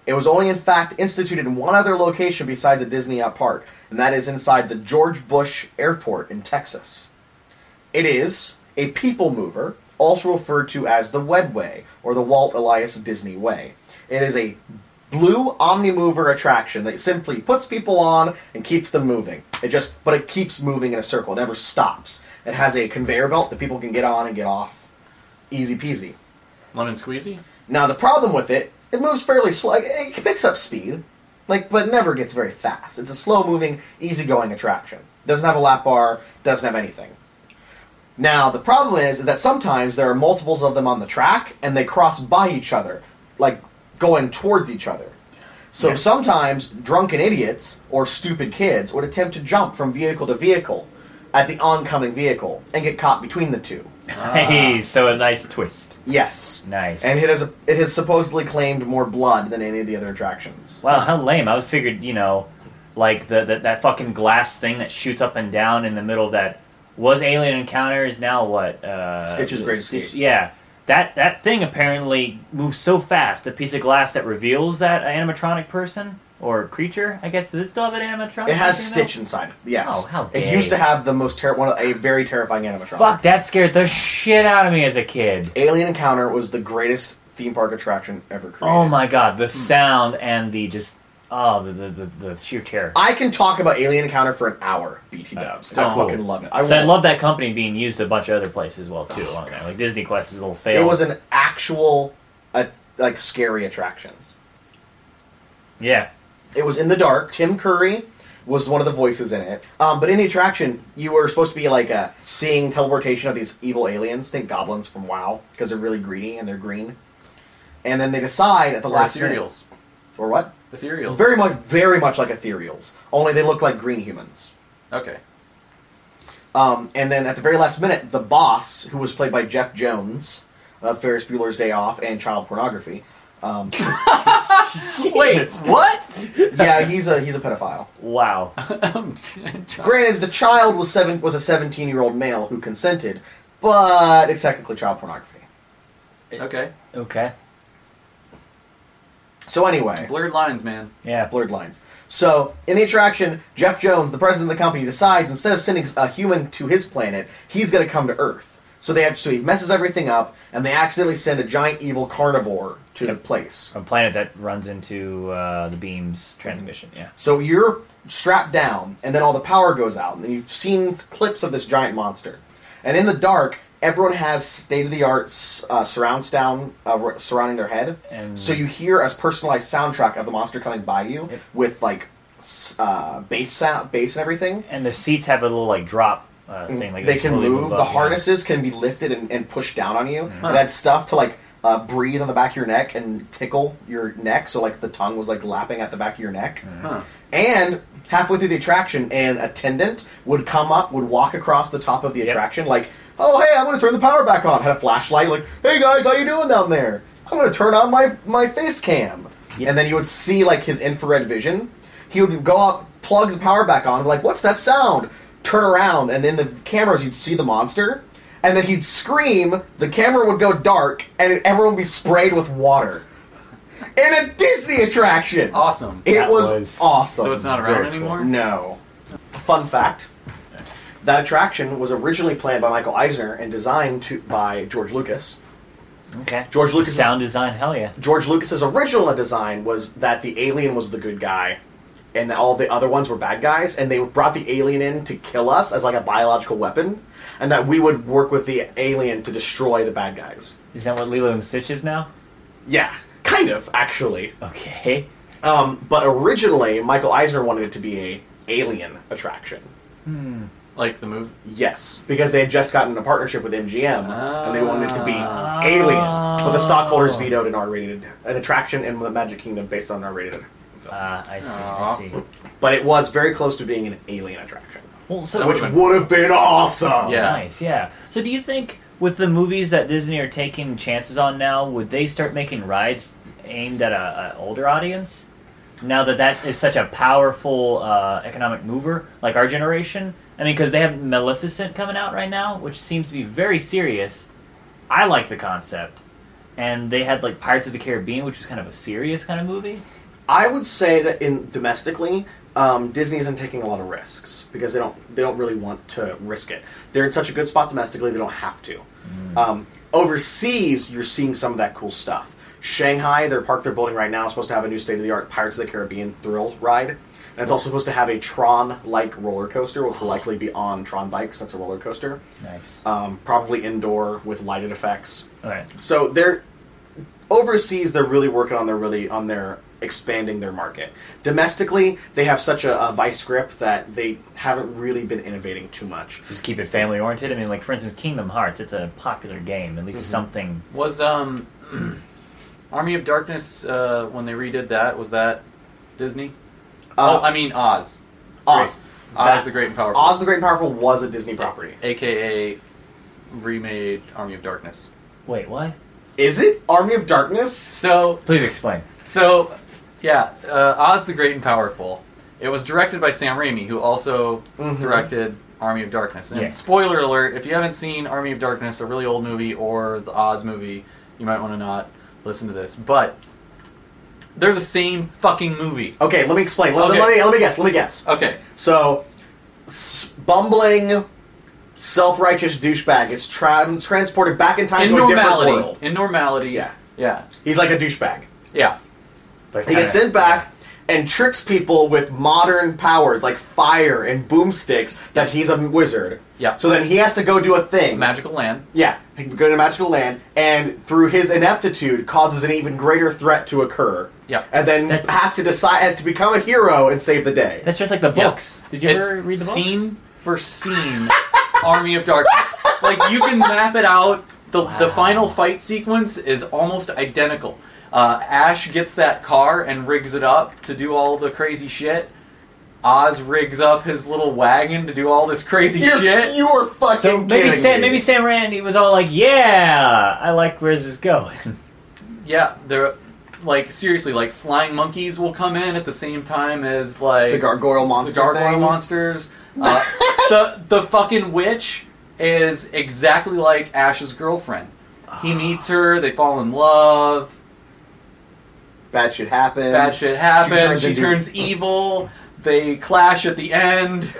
Speaker 4: It was only, in fact, instituted in one other location besides a Disney uh, park, and that is inside the George Bush Airport in Texas. It is a people mover, also referred to as the Wedway or the Walt Elias Disney Way. It is a blue omnimover attraction that simply puts people on and keeps them moving. It just but it keeps moving in a circle. It never stops. It has a conveyor belt that people can get on and get off. Easy peasy.
Speaker 6: Lemon squeezy.
Speaker 4: Now the problem with it, it moves fairly slow. It picks up speed, like but never gets very fast. It's a slow-moving, easy-going attraction. Doesn't have a lap bar. Doesn't have anything. Now the problem is, is that sometimes there are multiples of them on the track, and they cross by each other, like going towards each other. So sometimes drunken idiots or stupid kids would attempt to jump from vehicle to vehicle at the oncoming vehicle and get caught between the two.
Speaker 5: Hey, so a nice twist.
Speaker 4: Yes.
Speaker 5: Nice.
Speaker 4: And it has it has supposedly claimed more blood than any of the other attractions.
Speaker 5: Wow, how lame. I figured, you know, like the, the that fucking glass thing that shoots up and down in the middle of that was Alien Encounter is now what? Uh,
Speaker 4: Stitch's Great Escape.
Speaker 5: Yeah. That that thing apparently moves so fast, the piece of glass that reveals that animatronic person or creature, I guess. Does it still have an animatronic?
Speaker 4: It has
Speaker 5: creature now?
Speaker 4: Stitch inside it. Yes.
Speaker 5: Oh, how
Speaker 4: It
Speaker 5: gay.
Speaker 4: used to have the most ter- one of, a very terrifying animatronic.
Speaker 5: Fuck, that scared the shit out of me as a kid.
Speaker 4: Alien Encounter was the greatest theme park attraction ever created.
Speaker 5: Oh my god,
Speaker 4: Hmm.
Speaker 5: the sound and the just oh the the, the, the sheer terror.
Speaker 4: I can talk about Alien Encounter for an hour, BT Dubs. I
Speaker 5: cool.
Speaker 4: fucking love it. I,
Speaker 5: So I
Speaker 4: won't-
Speaker 5: love that company being used a bunch of other places as well too. along that. Like Disney Quest is a little fail.
Speaker 4: It was an actual uh, like scary attraction.
Speaker 5: yeah.
Speaker 4: It was in the dark. Tim Curry was one of the voices in it. Um, but in the attraction, you were supposed to be like uh, seeing teleportation of these evil aliens, think goblins from WoW, because they're really greedy and they're green. And then they decide at the
Speaker 6: Or
Speaker 4: last
Speaker 6: ethereals.
Speaker 4: minute- or what?
Speaker 6: Ethereals.
Speaker 4: Very much, very much like ethereals. Only they look like green humans.
Speaker 6: okay.
Speaker 4: Um, and then at the very last minute, the boss, who was played by Jeff Jones of Ferris Bueller's Day Off and Child Pornography, um,
Speaker 6: Wait, what?
Speaker 4: yeah, he's a he's a pedophile.
Speaker 5: Wow.
Speaker 6: Um,
Speaker 4: Granted, the child was seven was a seventeen year old male who consented, but it's technically child pornography.
Speaker 6: okay.
Speaker 5: Okay.
Speaker 4: So anyway,
Speaker 6: Blurred lines, man.
Speaker 5: Yeah.
Speaker 4: blurred lines. So, in the interaction, Jeff Jones, the president of the company, decides instead of sending a human to his planet, he's going to come to Earth. So they have, so he messes everything up, and they accidentally send a giant evil carnivore to the place.
Speaker 5: A planet that runs into uh, the beam's
Speaker 4: Mm.
Speaker 5: transmission. Yeah.
Speaker 4: So you're strapped down, and then all the power goes out, and you've seen clips of this giant monster. And in the dark, everyone has state of the art uh, surrounds down uh, r- surrounding their head,
Speaker 5: And-
Speaker 4: so you hear a personalized soundtrack of the monster coming by you
Speaker 5: Yep.
Speaker 4: with like s- uh, bass sound, bass and everything.
Speaker 5: And the seats have a little like drop uh, thing. Like
Speaker 4: Mm. they can
Speaker 5: slowly
Speaker 4: move. the
Speaker 5: up, yeah. Mm-hmm.
Speaker 4: harnesses can be lifted and, and pushed down on you. And that stuff to like uh, breathe on the back of your neck and tickle your neck, so like the tongue was like lapping at the back of your neck.
Speaker 5: Mm-hmm.
Speaker 6: Huh.
Speaker 4: And halfway through the attraction, an attendant would come up, would walk across the top of the
Speaker 5: Yep.
Speaker 4: attraction, like, "Oh, hey, I'm going to turn the power back on." Had a flashlight, like, "Hey guys, how you doing down there? I'm going to turn on my my face cam." And then you would see like his infrared vision. He would go up, plug the power back on, like, "What's that sound?" Turn around, and in the cameras, you'd see the monster. And then he'd scream. The camera would go dark, and everyone would be sprayed with water. In a Disney attraction.
Speaker 6: Awesome.
Speaker 4: It
Speaker 5: That
Speaker 4: was,
Speaker 5: was-
Speaker 4: awesome.
Speaker 6: So it's not
Speaker 5: Very
Speaker 6: around
Speaker 5: cool.
Speaker 6: anymore?
Speaker 4: No. Fun fact: that attraction was originally planned by Michael Eisner and designed to, by George Lucas.
Speaker 5: Okay.
Speaker 4: George Lucas-
Speaker 5: sound design. Hell yeah.
Speaker 4: George Lucas's original design was that the alien was the good guy, and that all the other ones were bad guys, and they brought the alien in to kill us as like a biological weapon, and that we would work with the alien to destroy the bad guys.
Speaker 5: Is that what Lilo and Stitch is now?
Speaker 4: Yeah, kind of actually.
Speaker 5: Okay.
Speaker 4: Um, but originally, Michael Eisner wanted it to be a alien attraction.
Speaker 6: Like the movie.
Speaker 4: Yes, because they had just gotten a partnership with MGM and they wanted it to be Alien. But the stockholders vetoed an R-rated an attraction in the Magic Kingdom based on an R-rated. film.
Speaker 5: Uh, I see.
Speaker 6: Aw.
Speaker 5: I see.
Speaker 4: But it was very close to being an Alien attraction,
Speaker 5: Well, so
Speaker 6: That
Speaker 4: which
Speaker 6: would've been-
Speaker 4: would have been awesome.
Speaker 6: Yeah.
Speaker 5: Nice, yeah. So, do you think with the movies that Disney are taking chances on now, would they start making rides aimed at a, a older audience? Now that that is such a powerful uh, economic mover, like our generation, I mean, because they have Maleficent coming out right now, which seems to be very serious. I like the concept, and they had like Pirates of the Caribbean, which was kind of a serious kind of movie.
Speaker 4: I would say that in domestically, um, Disney isn't taking a lot of risks because they don't they don't really want to risk it. They're in such a good spot domestically; they don't have to. Um, overseas, you're seeing some of that cool stuff. Shanghai, their park they're building right now is supposed to have a new state of the art Pirates of the Caribbean thrill ride, and it's also supposed to have a Tron like roller coaster, which will likely be on Tron bikes. That's a roller coaster,
Speaker 5: Nice.
Speaker 4: um, probably indoor with lighted effects.
Speaker 5: All right.
Speaker 4: So they're overseas. They're really working on their really on their expanding their market. Domestically, they have such a, a vice grip that they haven't really been innovating too much.
Speaker 5: Just keep it family oriented. I mean, like for instance, Kingdom Hearts. It's a popular game. At least something.
Speaker 6: Was um, Army of Darkness uh, when they redid that? Was that Disney?
Speaker 4: Uh,
Speaker 6: oh, I mean Oz.
Speaker 4: Oz.
Speaker 6: Great. Oz
Speaker 4: That-
Speaker 6: the Great and Powerful.
Speaker 4: Oz the Great and Powerful was a Disney property.
Speaker 6: AKA remade Army of Darkness.
Speaker 5: Wait, what?
Speaker 4: Is it Army of Darkness?
Speaker 6: So
Speaker 5: Please explain.
Speaker 6: so, yeah, uh, Oz the Great and Powerful. It was directed by Sam Raimi, who also
Speaker 4: Mhm.
Speaker 6: directed Army of Darkness. And
Speaker 5: Yeah.
Speaker 6: spoiler alert: if you haven't seen Army of Darkness, a really old movie, or the Oz movie, you might want to not listen to this. But they're the same fucking movie.
Speaker 4: Okay, let me explain. Let,
Speaker 6: Okay.
Speaker 4: let me let me guess. Let me guess.
Speaker 6: Okay.
Speaker 4: So, s- bumbling, self-righteous douchebag is tra- transported back in time
Speaker 6: in
Speaker 4: to a different
Speaker 6: normality.
Speaker 4: world.
Speaker 6: In normality.
Speaker 4: Yeah.
Speaker 6: Yeah.
Speaker 4: He's like a douchebag.
Speaker 6: Yeah.
Speaker 5: But
Speaker 4: He gets sent back and tricks people with modern powers like fire and boomsticks that he's a wizard.
Speaker 6: Yeah.
Speaker 4: So then he has to go do a thing.
Speaker 6: Magical land.
Speaker 4: Yeah, he can go to a magical land, and through his ineptitude, causes an even greater threat to occur.
Speaker 6: Yeah.
Speaker 4: And then
Speaker 5: That's-
Speaker 4: has to decide has to become a hero and save the day.
Speaker 5: That's just like the
Speaker 6: Yeah.
Speaker 5: books. Did you
Speaker 6: It's
Speaker 5: ever read the books?
Speaker 6: Scene for scene, Army of Darkness. like you can map it out. The, the final fight sequence is almost identical. Uh, Ash gets that car and rigs it up to do all the crazy shit. Oz rigs up his little wagon to do all this crazy
Speaker 4: You're-
Speaker 6: shit.
Speaker 4: You are fucking
Speaker 5: So maybe
Speaker 4: kidding
Speaker 5: Sam,
Speaker 4: me.
Speaker 5: maybe Sam Randy was all like, "Yeah, I like where's this going."
Speaker 6: yeah, there. like seriously, like flying monkeys will come in at the same time as like
Speaker 4: The gargoyle monster.
Speaker 6: the gargoyle
Speaker 4: thing.
Speaker 6: monsters. Uh, the the fucking witch is exactly like Ash's girlfriend.
Speaker 4: Ah.
Speaker 6: He meets her, they fall in love,
Speaker 4: Bad shit happens.
Speaker 6: bad shit happens, she
Speaker 4: into-
Speaker 6: turns evil, they clash at the end.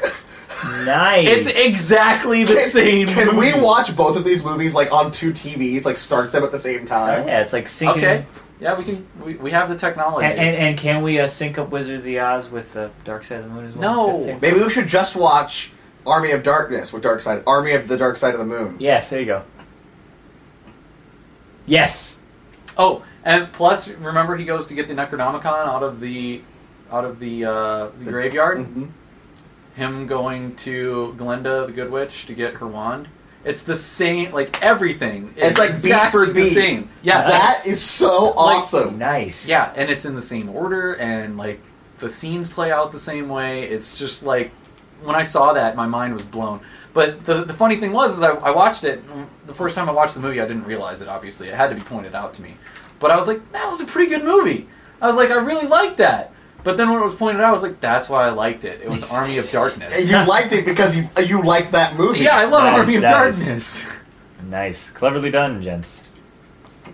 Speaker 5: Nice.
Speaker 6: It's exactly the same
Speaker 4: Can
Speaker 6: movie.
Speaker 4: we watch both of these movies like on two TVs? Like start them at the same time.
Speaker 5: Oh, Yeah, it's like syncing.
Speaker 6: Okay. Yeah, we can we, we have the technology.
Speaker 5: And, and, and can we uh, sync up Wizard of the Oz with the Dark Side of the Moon as well?
Speaker 6: No.
Speaker 5: Is that the same-
Speaker 4: Maybe we should just watch Army of Darkness with Dark Side. Army of the Dark Side of the Moon.
Speaker 5: Yes, there you go. Yes.
Speaker 6: oh, and plus remember he goes to get the Necronomicon out of the out of the uh, the, graveyard.
Speaker 4: Mhm.
Speaker 6: Him going to Glenda the Good Witch to get her wand. It's the same like everything. is
Speaker 4: It's like beat
Speaker 6: exactly
Speaker 4: for beat.
Speaker 6: the same. Yeah.
Speaker 4: That is so awesome.
Speaker 5: Nice.
Speaker 6: yeah, and it's in the same order and like the scenes play out the same way. It's just like when I saw that, my mind was blown. But the, the funny thing was, is I, I watched it mm, the first time I watched the movie. I didn't realize it. Obviously, it had to be pointed out to me. But I was like, that was a pretty good movie. I was like, I really liked that. But then when it was pointed out, I was like, that's why I liked it. It was Army of
Speaker 4: And
Speaker 6: Darkness.
Speaker 4: you liked it because you you liked that movie.
Speaker 6: yeah, I love
Speaker 5: Nice,
Speaker 6: Army of
Speaker 5: nice.
Speaker 6: Darkness.
Speaker 5: Nice. Cleverly done, gents.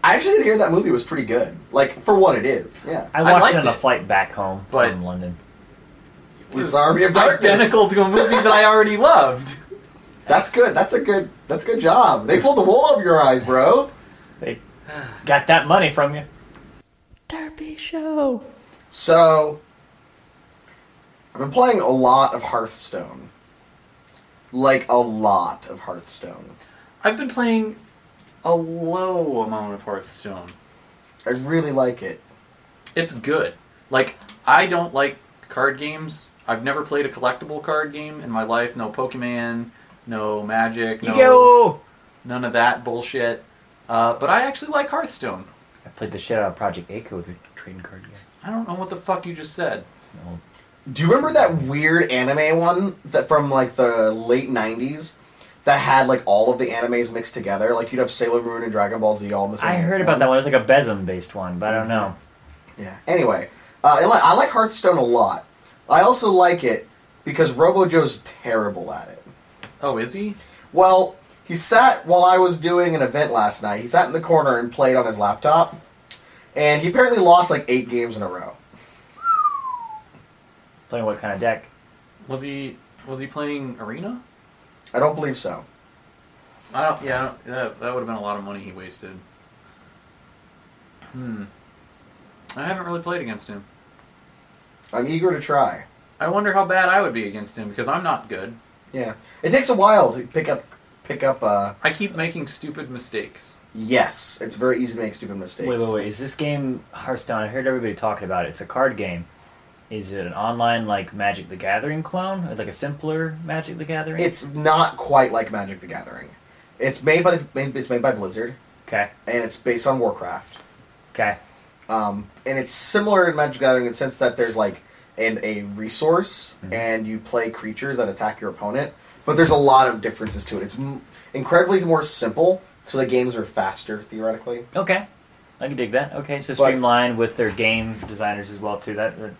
Speaker 4: I actually did hear that movie was pretty good. Like for what it is. Yeah.
Speaker 5: I
Speaker 6: I
Speaker 5: watched
Speaker 6: liked
Speaker 5: it on the
Speaker 6: it.
Speaker 5: flight back home
Speaker 6: But-
Speaker 5: from London.
Speaker 4: It's Army of Darkness.
Speaker 6: identical to a movie that I already loved.
Speaker 4: That's good. That's a good. That's a good job. They pulled the wool over your eyes, bro.
Speaker 5: They got that money from you.
Speaker 8: Derby Show.
Speaker 4: So, I've been playing a lot of Hearthstone. Like a lot of Hearthstone.
Speaker 6: I've been playing a low amount of Hearthstone.
Speaker 4: I really like it.
Speaker 6: It's good. Like I don't like card games. I've never played a collectible card game in my life. No Pokemon, no Magic, no
Speaker 5: Yu-Gi-Oh!
Speaker 6: none of that bullshit. Uh, but I actually like Hearthstone.
Speaker 5: I played the shit out of Project Aiko with a trading card game.
Speaker 6: I don't know what the fuck you just said.
Speaker 5: No.
Speaker 4: Do you remember that weird anime one that from like the late '90s that had like all of the animes mixed together? Like you'd have Sailor Moon and Dragon Ball Z all in the same.
Speaker 5: I heard about that one. It was like a Besem based one, but I don't know.
Speaker 4: Yeah. Anyway, uh, I, li- I like Hearthstone a lot. I also like it because RoboJoe's terrible at it.
Speaker 6: Oh, is he?
Speaker 4: Well, he sat while I was doing an event last night. He sat in the corner and played on his laptop, and he apparently lost like eight games in a row.
Speaker 5: Playing what kind of deck?
Speaker 6: Was he? Was he playing Arena?
Speaker 4: I don't believe so.
Speaker 6: I don't. Yeah, I don't, that, that would have been a lot of money he wasted. Hmm. I haven't really played against him.
Speaker 4: I'm eager to try.
Speaker 6: I wonder how bad I would be against him because I'm not good.
Speaker 4: Yeah, it takes a while to pick up. Pick up. Uh,
Speaker 6: I keep making stupid mistakes.
Speaker 4: yes, it's very easy to make stupid mistakes.
Speaker 5: Wait, wait, wait. Is this game Hearthstone? I heard everybody talking about it. It's a card game. Is it an online like Magic the Gathering clone? Or like a simpler Magic the Gathering?
Speaker 4: It's not quite like Magic the Gathering. It's made by the, made- it's made by Blizzard,
Speaker 5: Okay.
Speaker 4: and it's based on Warcraft.
Speaker 5: Okay.
Speaker 4: Um, and it's similar to Magic the Gathering in the sense that there's like an, a resource and you play creatures that attack your opponent, but there's a lot of differences to it. It's m- incredibly more simple, so the games are faster theoretically.
Speaker 5: Okay. I can dig that. Okay, so
Speaker 4: But-
Speaker 5: streamline with their game designers as well too. That would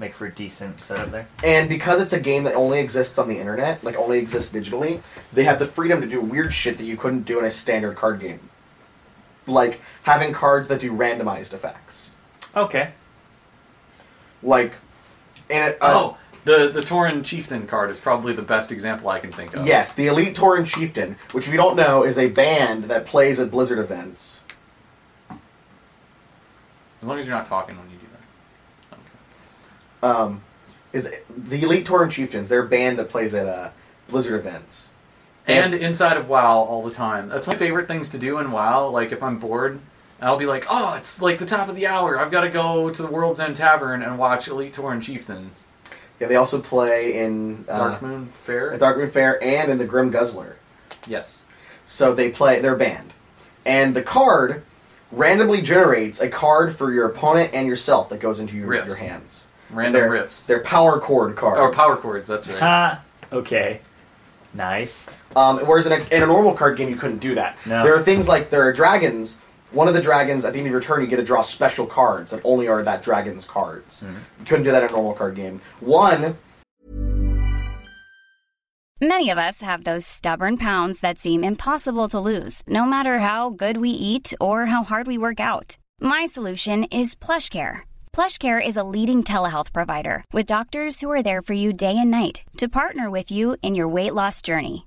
Speaker 5: make for a decent setup there.
Speaker 4: And because it's a game that only exists on the internet, like only exists digitally, they have the freedom to do weird shit that you couldn't do in a standard card game. Like having cards that do randomized effects.
Speaker 5: Okay.
Speaker 4: Like, and it, uh,
Speaker 6: oh, the the Torin Chieftain card is probably the best example I can think of.
Speaker 4: Yes, the Elite Torin Chieftain, which we don't know is a band that plays at Blizzard events.
Speaker 6: As long as you're not talking when you do that.
Speaker 4: Um, is the Elite Torin Chieftains? They're a band that plays at uh, Blizzard events.
Speaker 6: And inside of WoW all the time. That's my favorite things to do in WoW. Like if I'm bored, I'll be like, oh, it's like the top of the hour. I've got to go to the World's End Tavern and watch Elite Torin Chieftain.
Speaker 4: Yeah, they also play in uh,
Speaker 6: Dark Moon Fair.
Speaker 4: at Darkmoon Fair and in the Grim Guzzler.
Speaker 6: yes.
Speaker 4: So they play. They're a band, and the card randomly generates a card for your opponent and yourself that goes into your,
Speaker 6: Riffs.
Speaker 4: your hands.
Speaker 6: Random
Speaker 4: They're-
Speaker 6: riffs.
Speaker 4: They're power chord cards.
Speaker 6: Or power chords. That's right.
Speaker 5: Ha. Uh, Okay. Nice.
Speaker 4: Um, whereas in a, in a normal card game, you couldn't do that.
Speaker 5: No.
Speaker 4: There are things like there are dragons One of the dragons at the end of your turn, you get to draw special cards that only are that dragon's cards. You couldn't do that in a normal card game. One,
Speaker 9: Many of us have those stubborn pounds that seem impossible to lose, no matter how good we eat or how hard we work out. My solution is PlushCare. PlushCare is a leading telehealth provider with doctors who are there for you day and night to partner with you in your weight loss journey.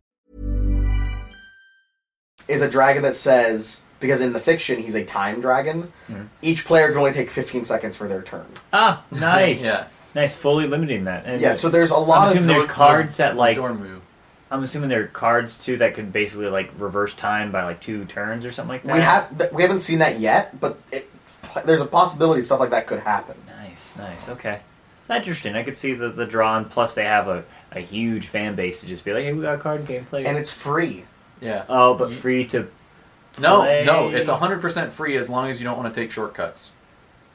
Speaker 4: is a dragon that says because in the fiction he's a time dragon. Each player can only take 15 seconds for their turn.
Speaker 5: Ah, nice.
Speaker 6: Yeah.
Speaker 5: Nice, fully limiting that. And
Speaker 4: Yeah, so there's a
Speaker 5: I'm
Speaker 4: lot
Speaker 5: assuming
Speaker 4: of
Speaker 5: there's cards that like.
Speaker 6: Storm move.
Speaker 5: I'm assuming there are cards too that could basically like reverse time by like two turns or something like that.
Speaker 4: we have th- we haven't seen that yet, but it, there's a possibility stuff like that could happen.
Speaker 5: Nice, nice. Okay, that's interesting. I could see the the draw, and plus they have a, a huge fan base to just be like, hey, we got a card game play.
Speaker 4: And it's free.
Speaker 6: Yeah.
Speaker 5: oh, but free to
Speaker 6: no,
Speaker 5: play-
Speaker 6: no, it's 100% free as long as you don't want to take shortcuts.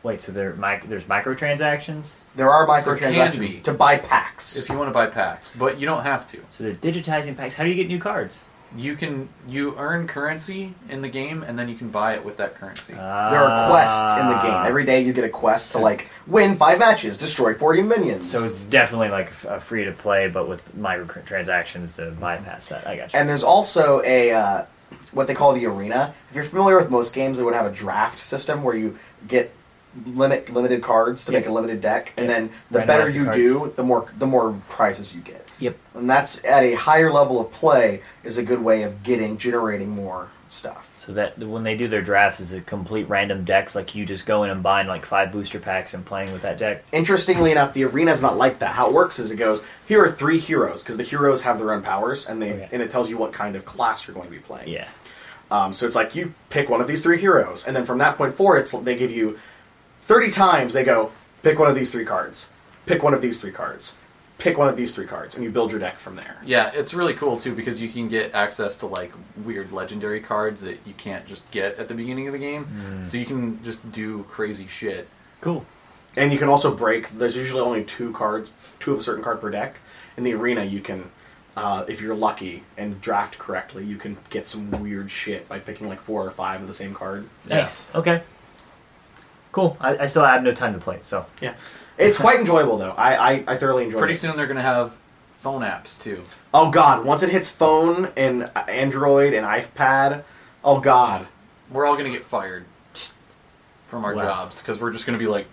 Speaker 5: wait. So there mic- there's microtransactions.
Speaker 4: There are
Speaker 6: There can be.
Speaker 4: microtransactions to buy packs.
Speaker 6: If you want to buy packs, but you don't have to.
Speaker 5: So they're digitizing packs. How do you get new cards?
Speaker 6: You can you earn currency in the game and then you can buy it with that currency.
Speaker 5: Ah.
Speaker 4: there are quests in the game. Every day you get a quest to like win five matches, destroy 40 minions.
Speaker 5: So it's definitely like f- a free to play, but with microtransactions to bypass that. I got you.
Speaker 4: And there's also a uh, what they call the arena. If you're familiar with most games, they would have a draft system where you get limit limited cards to
Speaker 5: Yeah.
Speaker 4: make a limited deck, and
Speaker 5: Yeah.
Speaker 4: then the
Speaker 5: Randomize
Speaker 4: better
Speaker 5: the
Speaker 4: you
Speaker 5: cards.
Speaker 4: do, the more the more prizes you get.
Speaker 5: Yep.
Speaker 4: And that's at a higher level of play is a good way of getting generating more stuff.
Speaker 5: So that when they do their drafts, is it complete random decks? Like you just go in and buying like five booster packs and playing with that deck.
Speaker 4: Interestingly enough, the arena's not like that. How it works is it goes here are three heroes because the heroes have their own powers, and they
Speaker 5: Okay.
Speaker 4: and it tells you what kind of class you're going to be playing.
Speaker 5: Yeah.
Speaker 4: Um, so it's like you pick one of these three heroes, and then from that point forward, it's they give you thirty times. They go pick one of these three cards, pick one of these three cards, pick one of these three cards, and you build your deck from there.
Speaker 6: Yeah, it's really cool too because you can get access to like weird legendary cards that you can't just get at the beginning of the game.
Speaker 5: Hmm.
Speaker 6: So you can just do crazy shit.
Speaker 5: Cool.
Speaker 4: And you can also break. There's usually only two cards, two of a certain card per deck. In the arena, you can, uh, if you're lucky and draft correctly, you can get some weird shit by picking like four or five of the same card.
Speaker 5: Nice. Okay. Cool. I, I still have no time to play, so
Speaker 4: Yeah, it's quite enjoyable though. I I, I thoroughly enjoyed
Speaker 6: Pretty
Speaker 4: it.
Speaker 6: soon they're gonna have phone apps too.
Speaker 4: Oh god, once it hits phone and Android and iPad, oh god.
Speaker 6: We're all gonna get fired from our
Speaker 5: Wow.
Speaker 6: jobs because we're just gonna be like,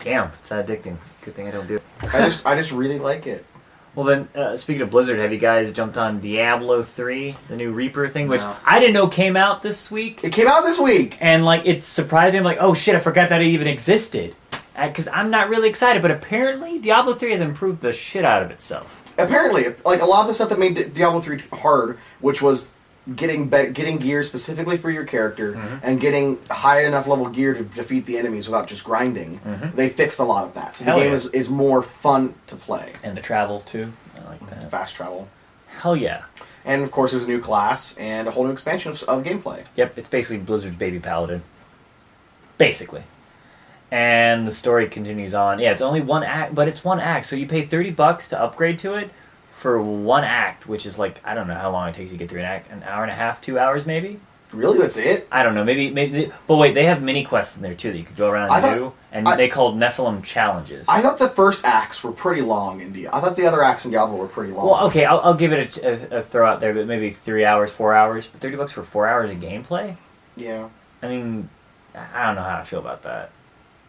Speaker 5: damn, it's that addicting. Good thing I don't do. it.
Speaker 4: I just I just really like it.
Speaker 5: Well then, uh, speaking of Blizzard, have you guys jumped on Diablo three, the new Reaper thing, which
Speaker 6: No.
Speaker 5: I didn't know came out this week?
Speaker 4: It came out this week.
Speaker 5: and like it surprised me. I'm like, oh shit, I forgot that it even existed. Because I'm not really excited, but apparently Diablo 3 has improved the shit out of itself.
Speaker 4: Apparently, like a lot of the stuff that made Di- Diablo 3 hard, which was getting be- getting gear specifically for your character
Speaker 5: Mm-hmm.
Speaker 4: and getting high enough level gear to defeat the enemies without just grinding. They fixed a lot of that. So the
Speaker 5: Mm-hmm. Hell
Speaker 4: game
Speaker 5: yeah.
Speaker 4: is, is more fun to play.
Speaker 5: And the travel too. I like that.
Speaker 4: Fast travel.
Speaker 5: Hell yeah.
Speaker 4: And of course, there's a new class and a whole new expansion of, of gameplay.
Speaker 5: Yep, it's basically Blizzard's baby paladin. Basically. And the story continues on. Yeah, it's only one act, but it's one act. So you pay 30 bucks to upgrade to it for one act, which is like, I don't know how long it takes to get through an act. An hour and a half, two hours maybe?
Speaker 4: Really, that's it?
Speaker 5: I don't know. Maybe, maybe. They, but wait, they have mini quests in there too that you could go around
Speaker 4: I
Speaker 5: and
Speaker 4: thought-
Speaker 5: do, and
Speaker 4: I-
Speaker 5: they called Nephilim challenges.
Speaker 4: I thought the first acts were pretty long in Diablo. I thought the other acts in Diablo were pretty long.
Speaker 5: well, okay, I'll, I'll give it a, a, a throw out there, but maybe three hours, four hours. But thirty bucks for four hours of gameplay.
Speaker 4: Yeah.
Speaker 5: I mean, I I don't know how I feel about that.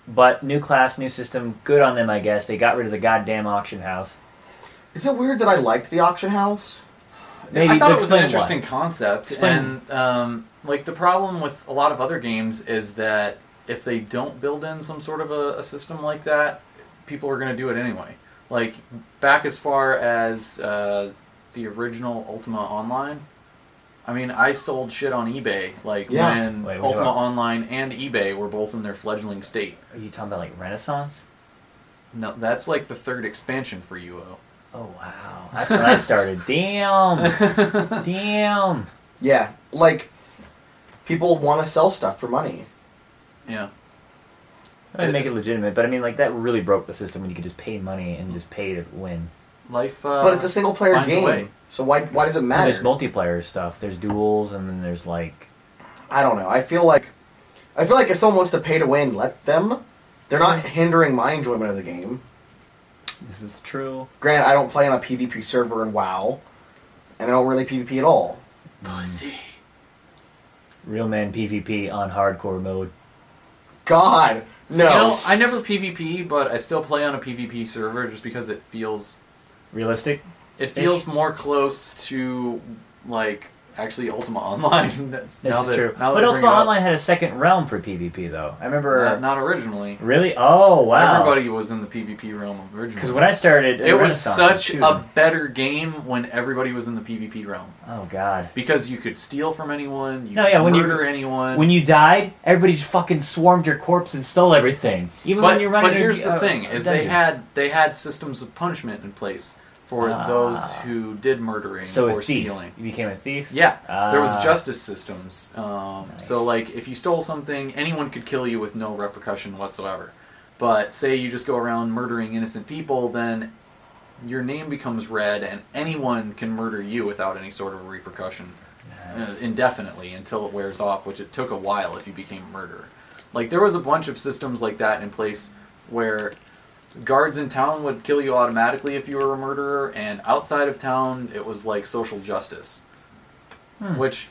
Speaker 5: But new class, new system, good on them, I guess. They got rid of the goddamn auction house.
Speaker 4: Is it weird that I liked the auction house?
Speaker 5: Maybe
Speaker 6: I thought it was
Speaker 5: explain
Speaker 6: an
Speaker 5: why.
Speaker 6: interesting concept,
Speaker 5: Explain.
Speaker 6: and um, Like the problem with a lot of other games is that if they don't build in some sort of a, a system like that, people are going to do it anyway. Like back as far as uh, the original Ultima Online, I mean, I sold shit on eBay like
Speaker 4: Yeah.
Speaker 6: when
Speaker 5: Wait, what
Speaker 6: Ultima
Speaker 5: about-
Speaker 6: Online and eBay were both in their fledgling state.
Speaker 5: Are you talking about like Renaissance?
Speaker 6: No, that's like the third expansion for UO.
Speaker 5: Oh wow, that's when I started. Damn, damn.
Speaker 4: Yeah, like people want to sell stuff for money.
Speaker 6: yeah.
Speaker 5: I mean, make it legitimate, but I mean, like that really broke the system when you could just pay money and just pay to win.
Speaker 6: Life. Uh,
Speaker 4: But it's a single player
Speaker 6: finds a way.
Speaker 4: game. So why why does it
Speaker 5: And
Speaker 4: matter?
Speaker 5: there's multiplayer stuff. There's duels, and then there's like
Speaker 4: I don't know. I feel like I feel like if someone wants to pay to win, let them. They're
Speaker 5: Mm-hmm.
Speaker 4: not hindering my enjoyment of the game.
Speaker 5: this is true.
Speaker 4: Granted, I don't play on a PvP server in WoW, and I don't really PvP at all.
Speaker 5: Real man PvP on hardcore mode.
Speaker 4: God, no.
Speaker 6: You know, I never PvP, but I still play on a PvP server just because it feels
Speaker 5: Realistic.
Speaker 6: it feels more close to like actually Ultima Online. That's
Speaker 5: This
Speaker 6: now
Speaker 5: is
Speaker 6: that-
Speaker 5: true.
Speaker 6: now
Speaker 5: But
Speaker 6: that I bring
Speaker 5: Ultima
Speaker 6: it up.
Speaker 5: Online had a second realm for PvP though. I remember.
Speaker 6: Uh, not originally.
Speaker 5: Really? Oh wow.
Speaker 6: Everybody was in the PvP realm originally.
Speaker 5: Because when I started,
Speaker 6: it was
Speaker 5: Renaissance,
Speaker 6: such
Speaker 5: too.
Speaker 6: a better game when everybody was in the PvP realm
Speaker 5: Oh god.
Speaker 6: because you could steal from anyone, you
Speaker 5: No,
Speaker 6: could
Speaker 5: yeah, when you-
Speaker 6: murder anyone.
Speaker 5: When you died, everybody just fucking swarmed your corpse and stole everything. Even
Speaker 6: but,
Speaker 5: when you're running.
Speaker 6: but here's
Speaker 5: a-
Speaker 6: the
Speaker 5: a-
Speaker 6: thing:
Speaker 5: a
Speaker 6: is they
Speaker 5: dungeon.
Speaker 6: had they had systems of punishment in place for
Speaker 5: Ah.
Speaker 6: those who did murdering
Speaker 5: so a
Speaker 6: or
Speaker 5: thief.
Speaker 6: stealing.
Speaker 5: You became a thief.
Speaker 6: Yeah, there was
Speaker 5: Ah.
Speaker 6: justice systems. Um, So,
Speaker 5: Nice.
Speaker 6: like, if you stole something, anyone could kill you with no repercussion whatsoever. But say you just go around murdering innocent people, then your name becomes red, and anyone can murder you without any sort of repercussion uh, indefinitely until it wears off, which it took a while if you became a murderer. Like, there was a bunch of systems like that in place where guards in town would kill you automatically if you were a murderer, and outside of town, it was like social justice which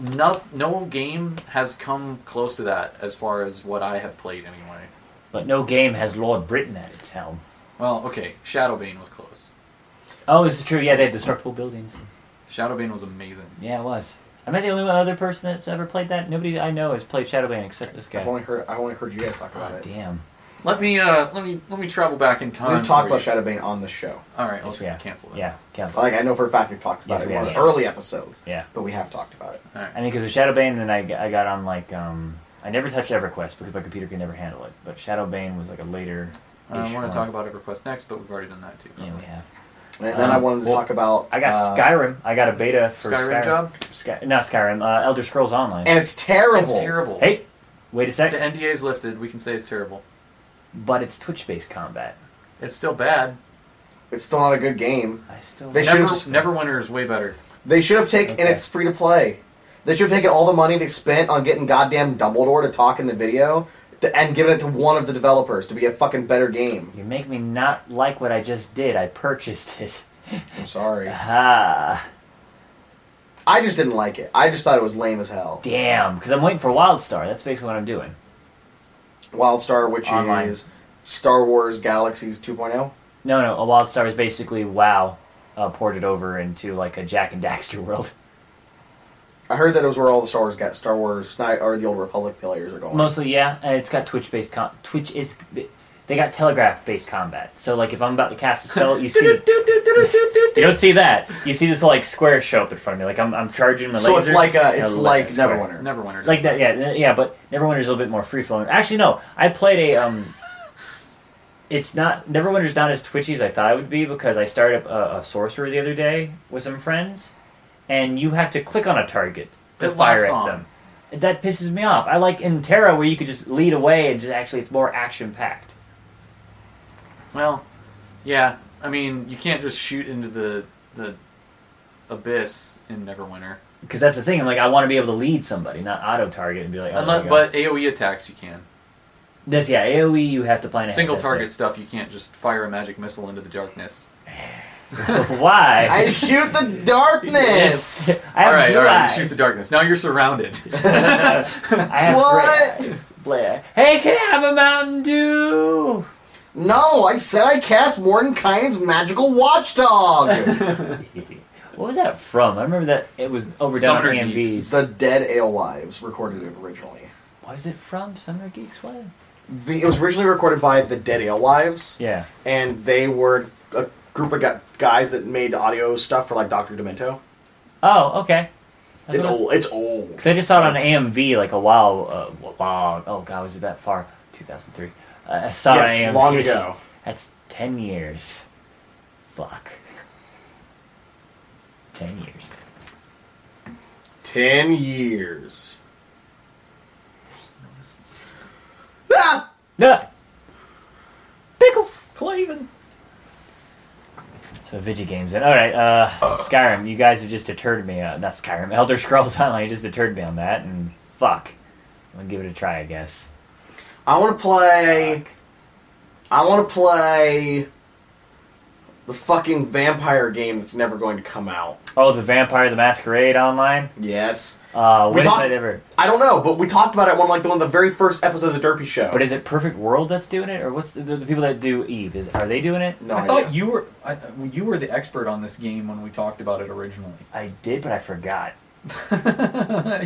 Speaker 6: no, no game has come close to that as far as what I have played anyway.
Speaker 5: But no game has Lord Britain at its helm.
Speaker 6: Well, okay, Shadowbane was close.
Speaker 5: Oh, this is true. Yeah, they had destructible buildings.
Speaker 6: Shadowbane was amazing.
Speaker 5: Yeah, it was. Am I the only other person that's ever played that? Nobody I know has played Shadowbane except this guy.
Speaker 4: I've only heard I've only heard you guys talk about
Speaker 5: Oh,
Speaker 4: it.
Speaker 5: damn.
Speaker 6: Let me uh let me let me travel back in time.
Speaker 4: We've talked
Speaker 6: for
Speaker 4: about Shadowbane on the show.
Speaker 6: you. All right, let's
Speaker 5: yeah.
Speaker 6: cancel that. Uh,
Speaker 5: Yeah, cancel.
Speaker 4: Like I know for a fact we've talked about
Speaker 5: Yes,
Speaker 4: it
Speaker 5: we
Speaker 4: in one of the
Speaker 5: have.
Speaker 4: early episodes.
Speaker 5: Yeah.
Speaker 4: but we have talked about it.
Speaker 6: All right.
Speaker 5: I mean, because of Shadowbane, then I, I got on like um, I never touched EverQuest because my computer could never handle it. But Shadowbane was like a later.
Speaker 6: I want to talk about EverQuest next, but we've already done that too.
Speaker 5: Yeah, we have.
Speaker 4: And then I wanted to
Speaker 5: Um, well,
Speaker 4: talk about
Speaker 5: I got
Speaker 4: uh,
Speaker 5: Skyrim. I got a beta for
Speaker 6: Skyrim
Speaker 5: Skyrim.
Speaker 6: job?
Speaker 5: Sky, not Skyrim. Uh, Elder Scrolls Online.
Speaker 4: and it's terrible.
Speaker 6: It's terrible.
Speaker 5: hey, wait a
Speaker 6: The
Speaker 5: sec.
Speaker 6: NDA's lifted. We can say it's terrible.
Speaker 5: But it's Twitch-based combat.
Speaker 6: It's still bad.
Speaker 4: It's still not a good game.
Speaker 5: I still.
Speaker 4: They
Speaker 6: Never,
Speaker 4: should've-
Speaker 6: Neverwinter is way better.
Speaker 4: They should have taken, and
Speaker 5: Okay.
Speaker 4: it's free to play. They should have taken all the money they spent on getting goddamn Dumbledore to talk in the video to, and given it to one of the developers to be a fucking better game.
Speaker 5: You make me not like what I just did. I purchased it.
Speaker 4: I'm sorry.
Speaker 5: Ah,
Speaker 4: I just didn't like it. I just thought it was lame as hell.
Speaker 5: damn. Because I'm waiting for WildStar. That's basically what I'm doing.
Speaker 4: WildStar, which
Speaker 5: Online.
Speaker 4: is Star Wars Galaxies oh. 2.0.
Speaker 5: No, no. A WildStar is basically WoW uh, ported over into like a Jack and Daxter world.
Speaker 4: I heard that it was where all the Star Wars got Star Wars not- or the old Republic players are going.
Speaker 5: Mostly, yeah. Uh, It's got Twitch based com- Twitch is they got telegraph based combat. So like if I'm about to cast a spell, you see you don't see that. You see this like square show up in front of me. Like I'm, I'm charging my
Speaker 4: so it's
Speaker 5: laser,
Speaker 4: like a,
Speaker 5: and
Speaker 4: it's
Speaker 5: a
Speaker 4: like
Speaker 5: square.
Speaker 4: Neverwinter.
Speaker 6: Neverwinter.
Speaker 5: Like that, yeah, th- yeah. But Neverwinter's a little bit more free flowing. Actually, no. I played a um. It's not Neverwinter's not as twitchy as I thought it would be because I started up a, a sorcerer the other day with some friends, and you have to click on a target to
Speaker 6: It
Speaker 5: fire
Speaker 6: locks
Speaker 5: at
Speaker 6: on.
Speaker 5: them. That pisses me off. I like in Terra where you could just lead away and just actually it's more action packed.
Speaker 6: Well, yeah. I mean, you can't just shoot into the the abyss in Neverwinter.
Speaker 5: Because that's the thing. I'm like I want to be able to lead somebody, not auto target and be like. Oh, there
Speaker 6: Unless,
Speaker 5: you go.
Speaker 6: but AOE attacks you can.
Speaker 5: that's yeah AOE. You have to plan ahead,
Speaker 6: Single
Speaker 5: that's
Speaker 6: target
Speaker 5: it.
Speaker 6: stuff you can't just fire a magic missile into the darkness.
Speaker 5: Why?
Speaker 4: I shoot the darkness.
Speaker 5: I have
Speaker 6: all right,
Speaker 5: blue
Speaker 6: all right,
Speaker 5: eyes.
Speaker 6: you shoot the darkness. Now you're surrounded.
Speaker 5: I have
Speaker 4: What?
Speaker 5: gray eyes. Blair. Hey, can I have a Mountain Dew?
Speaker 4: No, I said I cast Mordenkainen's magical watchdog.
Speaker 5: What was that from? I remember that it was overdone
Speaker 6: Summoner
Speaker 5: on AMVs.
Speaker 6: Geeks.
Speaker 4: The Dead Alewives recorded it originally.
Speaker 5: Was it from Summer Geeks? What?
Speaker 4: The, it was originally recorded by the Dead Alewives,
Speaker 5: Yeah.
Speaker 4: and they were a group of gu- guys that made audio stuff for like Doctor Demento.
Speaker 5: Oh, okay. That's what
Speaker 4: It's
Speaker 5: I was-
Speaker 4: old. It's old.
Speaker 5: Because I just saw it on AMV like a while, uh, a while. Oh God, was it that far? 2003. Uh, I saw
Speaker 4: Yes,
Speaker 5: it on AMV.
Speaker 4: long ago.
Speaker 5: That's 10 years. Fuck. 10 years.
Speaker 4: Ten years. Ah!
Speaker 5: No.
Speaker 10: Pickle Clavin.
Speaker 5: So Vigi games. Then all right, uh, Skyrim. You guys have just deterred me. Uh, not Skyrim. Elder Scrolls Online just deterred me on that, and fuck. I'm gonna give it a try, I guess.
Speaker 4: I want to play. I want to play the fucking vampire game that's never going to come out.
Speaker 5: Oh, the Vampire the Masquerade Online.
Speaker 4: Yes.
Speaker 5: Uh, when is
Speaker 4: talked-
Speaker 5: that ever?
Speaker 4: I don't know, but we talked about it one like the one of the very first episodes of Derpy Show.
Speaker 5: But is it Perfect World that's doing it, or what's the, the people that do Eve? Is are they doing it?
Speaker 4: no,
Speaker 6: I thought you were I, you were the expert on this game when we talked about it originally.
Speaker 5: I did, but I forgot.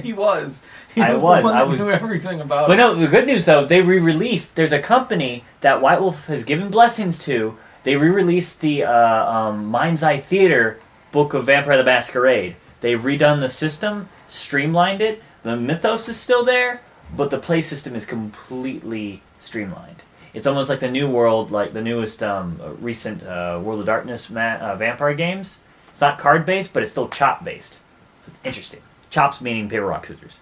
Speaker 6: he was. He
Speaker 5: I
Speaker 6: was,
Speaker 5: was,
Speaker 6: the one
Speaker 5: I
Speaker 6: that
Speaker 5: was-
Speaker 6: knew everything about
Speaker 5: But
Speaker 6: it.
Speaker 5: no, the good news though, they re-released. There's a company that White Wolf has given blessings to. They re-released the uh, um, Mind's Eye Theater book of Vampire the Masquerade. They've redone the system, streamlined it. The mythos is still there, but the play system is completely streamlined. It's almost like the new world, like the newest um, uh, recent uh, World of Darkness ma- uh, vampire games. It's not card based, but it's still chop based. So it's interesting. Chops meaning paper rock scissors.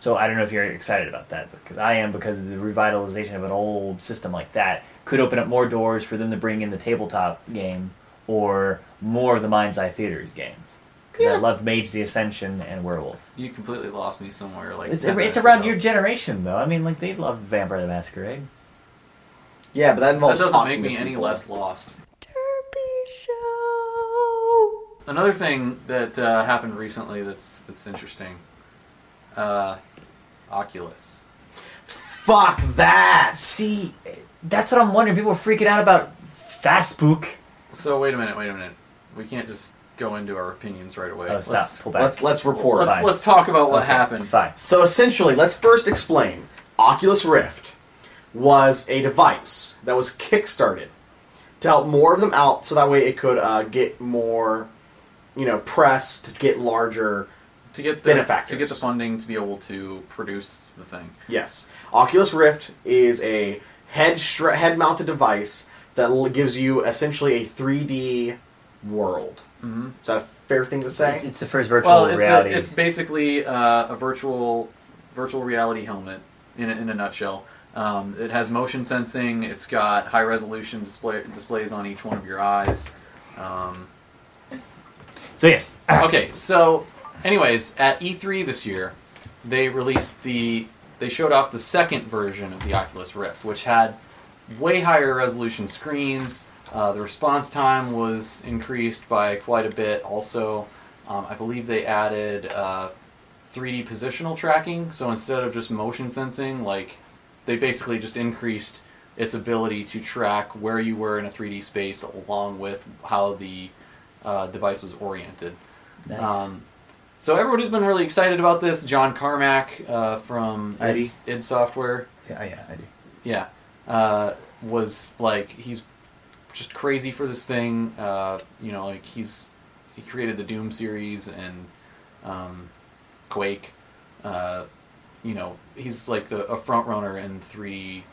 Speaker 5: So I don't know if you're excited about that because I am because the revitalization of an old system like that could open up more doors for them to bring in the tabletop game or more of the Mind's Eye Theaters games. Because I loved Mage the Ascension and Werewolf.
Speaker 6: You completely lost me somewhere. Like
Speaker 5: It's,
Speaker 6: 10
Speaker 5: it's
Speaker 6: minutes
Speaker 5: around
Speaker 6: ago.
Speaker 5: your generation though. I mean, like they love Vampire the Masquerade.
Speaker 4: yeah, but that
Speaker 6: That
Speaker 4: involves
Speaker 6: doesn't make
Speaker 4: talking to
Speaker 6: me any
Speaker 4: people.
Speaker 6: less lost.
Speaker 8: Derpy Show.
Speaker 6: Another thing that uh, happened recently that's that's interesting. Uh, Oculus.
Speaker 4: Fuck that.
Speaker 5: See, that's what I'm wondering. People are freaking out about Facebook.
Speaker 6: So wait a minute, wait a minute. We can't just go into our opinions right away.
Speaker 5: Oh, stop.
Speaker 6: Let's,
Speaker 5: Pull back.
Speaker 4: Let's let's report.
Speaker 6: let's,
Speaker 5: Fine.
Speaker 6: let's talk about what happened.
Speaker 5: Fine.
Speaker 4: So essentially, let's first explain. Oculus Rift was a device that was kickstarted to help more of them out, so that way it could uh, get more, you know, press to get larger.
Speaker 6: To get the to
Speaker 4: Benefactors.
Speaker 6: get the funding to be able to produce the thing.
Speaker 4: Yes, Oculus Rift is a head shre- head mounted device that l- gives you essentially a 3D world. Mm-hmm. Is that a fair thing to say?
Speaker 5: It's, it's the first virtual
Speaker 6: Well, it's a,
Speaker 5: reality.
Speaker 6: it's basically uh, a virtual virtual reality helmet in a, in a nutshell. Um, it has motion sensing. It's got high resolution display displays on each one of your eyes. Um,
Speaker 5: so yes,
Speaker 6: okay, so anyways, at E3 this year, they released the they showed off the second version of the Oculus Rift, which had way higher resolution screens. Uh, the response time was increased by quite a bit. Also, um, I believe they added uh, 3D positional tracking. So instead of just motion sensing, like they basically just increased its ability to track where you were in a 3D space, along with how the uh, device was oriented.
Speaker 5: Nice.
Speaker 6: Um, so everybody's been really excited about this. John Carmack uh, from
Speaker 5: ID.
Speaker 6: id, id Software,
Speaker 5: yeah, yeah, I do.
Speaker 6: yeah, uh, was like he's just crazy for this thing. Uh, you know, like he's he created the Doom series and um, Quake. Uh, you know, he's like the, a front runner in three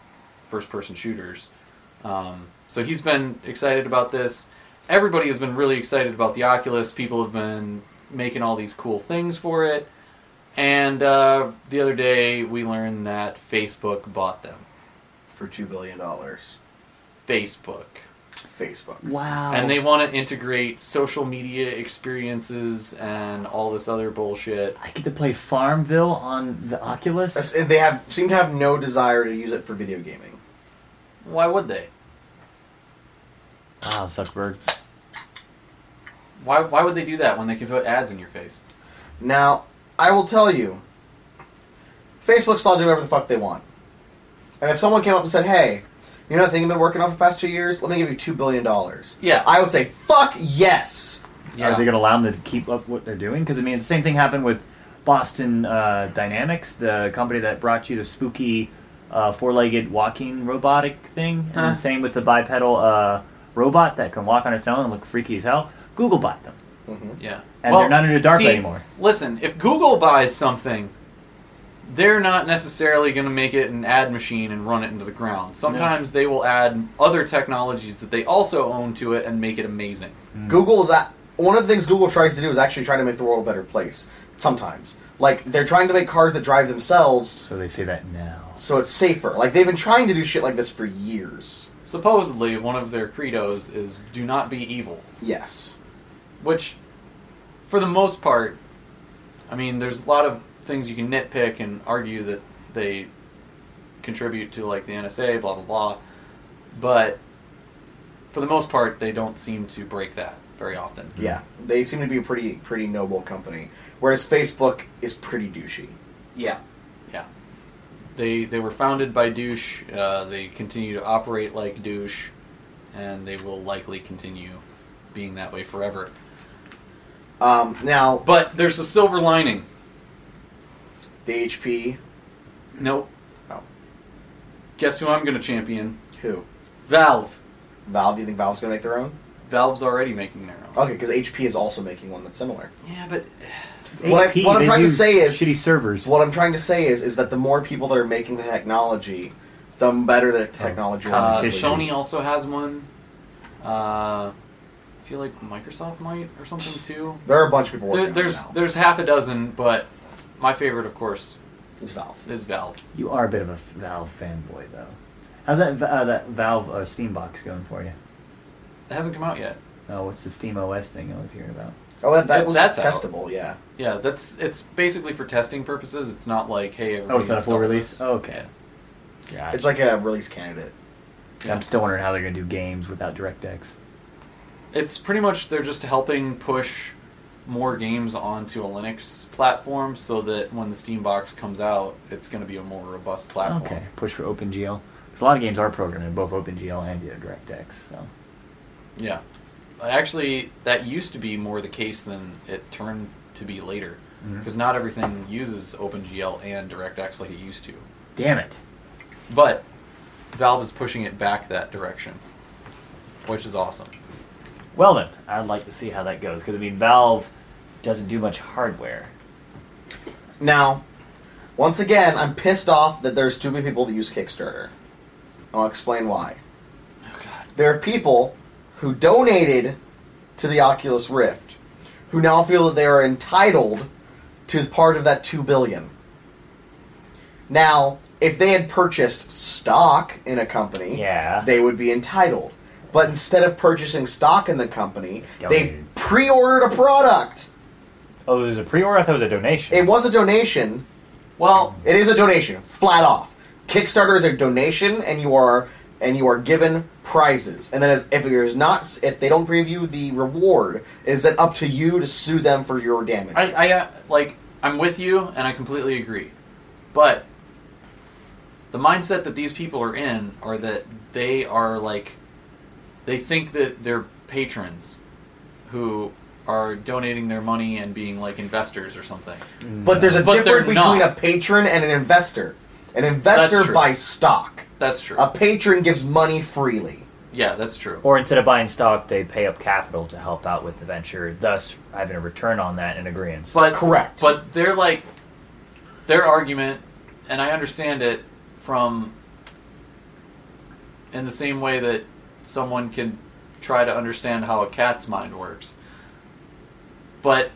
Speaker 6: first-person shooters. Um, so he's been excited about this. Everybody has been really excited about the Oculus. People have been making all these cool things for it. And uh, the other day, we learned that Facebook bought them.
Speaker 4: for two billion dollars,
Speaker 6: Facebook.
Speaker 4: Facebook.
Speaker 5: Wow.
Speaker 6: And they want to integrate social media experiences and all this other bullshit.
Speaker 5: I get to play Farmville on the
Speaker 4: That's-
Speaker 5: Oculus.
Speaker 4: They have seem to have no desire to use it for video gaming.
Speaker 6: Why would they?
Speaker 5: Wow, Ah, Zuckerberg.
Speaker 6: Why, why would they do that when they can put ads in your face?
Speaker 4: Now, I will tell you, Facebook's allowed to do whatever the fuck they want. And if someone came up and said, "Hey, you know that thing you've been working on for the past two years? Let me give you two billion dollars."
Speaker 6: Yeah.
Speaker 4: I would say, "Fuck yes."
Speaker 5: Are they going to allow them to keep up what they're doing? Because I mean, the same thing happened with Boston uh, Dynamics, the company that brought you the spooky uh, four-legged walking robotic thing, and
Speaker 6: Huh.
Speaker 5: the same with the bipedal uh, robot that can walk on its own and look freaky as hell. Google bought them.
Speaker 6: Yeah.
Speaker 5: And they're not into DARPA
Speaker 6: see,
Speaker 5: anymore.
Speaker 6: Listen, if Google buys something, they're not necessarily going to make it an ad machine and run it into the ground. Sometimes they will add other technologies that they also own to it and make it amazing.
Speaker 4: Google's at, one of the things Google tries to do is actually try to make the world a better place. Sometimes, like they're trying to make cars that drive themselves,
Speaker 5: So they say that now.
Speaker 4: so it's safer. Like they've been trying to do shit like this for years.
Speaker 6: Supposedly, one of their credos is do not be evil,
Speaker 4: Yes.
Speaker 6: which, for the most part, I mean, there's a lot of things you can nitpick and argue that they contribute to, like the NSA, blah, blah, blah. But for the most part, they don't seem to break that very often.
Speaker 4: Yeah, they seem to be a pretty pretty noble company, whereas Facebook is pretty douchey.
Speaker 6: Yeah, yeah. They they were founded by douche. Uh, they continue to operate like douche, and they will likely continue being that way forever.
Speaker 4: Um, now
Speaker 6: But there's a silver lining.
Speaker 4: the HP,
Speaker 6: Nope.
Speaker 4: Oh.
Speaker 6: Guess who I'm going to champion?
Speaker 4: who
Speaker 6: Valve.
Speaker 4: Valve? Do you think Valve's gonna make their own?
Speaker 6: Valve's already making their
Speaker 5: Oh.
Speaker 6: own.
Speaker 4: Okay, because HP is also making one that's similar.
Speaker 6: Yeah, but
Speaker 4: What I-
Speaker 5: HP,
Speaker 4: what I'm
Speaker 5: they
Speaker 4: trying to
Speaker 5: use
Speaker 4: say is-
Speaker 5: shitty servers.
Speaker 4: What I'm trying to say is, is that the more people that are making the technology, the better the technology. will
Speaker 6: uh,
Speaker 4: obviously be.
Speaker 6: Sony also has one. Uh, I feel like Microsoft might or something too.
Speaker 4: There are a bunch of people working
Speaker 6: There, there's
Speaker 4: on it now.
Speaker 6: there's half a dozen, but my favorite, of course,
Speaker 4: It's Valve.
Speaker 6: is Valve.
Speaker 5: You are a bit of a Valve fanboy, though. How's that uh, that Valve uh, Steam box going for you?
Speaker 6: It hasn't come out yet.
Speaker 5: Oh, what's the Steam OS thing I was hearing about?
Speaker 4: Oh, that, that was
Speaker 6: That's out.
Speaker 4: testable. Yeah.
Speaker 6: Yeah, that's it's basically for testing purposes. It's not like hey, everybody
Speaker 5: Oh, it's not a full
Speaker 6: install
Speaker 5: release.
Speaker 6: this.
Speaker 5: Oh, okay. Yeah.
Speaker 4: It's like a release candidate.
Speaker 6: Yeah.
Speaker 5: I'm still wondering how they're gonna do games without DirectX.
Speaker 6: It's pretty much they're just helping push more games onto a Linux platform so that when the Steam box comes out, it's going to be a more robust platform.
Speaker 5: Okay. Push for OpenGL. 'Cause a lot of games are programmed in both OpenGL and via DirectX. So
Speaker 6: Yeah. Actually, that used to be more the case than it turned to be later because not everything uses OpenGL and DirectX like it used to.
Speaker 5: damn it.
Speaker 6: But Valve is pushing it back that direction, which is awesome.
Speaker 5: Well then, I'd like to see how that goes because I mean Valve doesn't do much hardware.
Speaker 4: Now, once again, I'm pissed off that there's too many people that use Kickstarter. I'll explain why.
Speaker 5: Oh,
Speaker 4: There are people who donated to the Oculus Rift who now feel that they are entitled to part of that two billion. Now, if they had purchased stock in a company,
Speaker 5: Yeah.
Speaker 4: they would be entitled. But instead of purchasing stock in the company, they
Speaker 5: Donated.
Speaker 4: pre-ordered a product.
Speaker 5: Oh, there's a pre-order. I thought it was a donation.
Speaker 4: It was a donation,
Speaker 6: Well,
Speaker 4: It is a donation, flat off. Kickstarter is a donation, and you are and you are given prizes. And then, as, if it is not, if they don't preview the reward, is it up to you to sue them for your damage?
Speaker 6: I, I uh, like I'm with you, and I completely agree. But the mindset that these people are in are that they are like they think that they're patrons who are donating their money and being like investors or something.
Speaker 4: but there's a
Speaker 6: But they're
Speaker 4: difference between
Speaker 6: not.
Speaker 4: a patron and an investor. An investor
Speaker 6: true.
Speaker 4: buys stock.
Speaker 6: That's true.
Speaker 4: A patron gives money freely.
Speaker 6: yeah, that's true.
Speaker 5: or instead of buying stock, they pay up capital to help out with the venture, thus having a return on that in agreement.
Speaker 6: But
Speaker 4: Correct.
Speaker 6: But they're like their argument, and I understand it from in the same way that someone can try to understand how a cat's mind works. But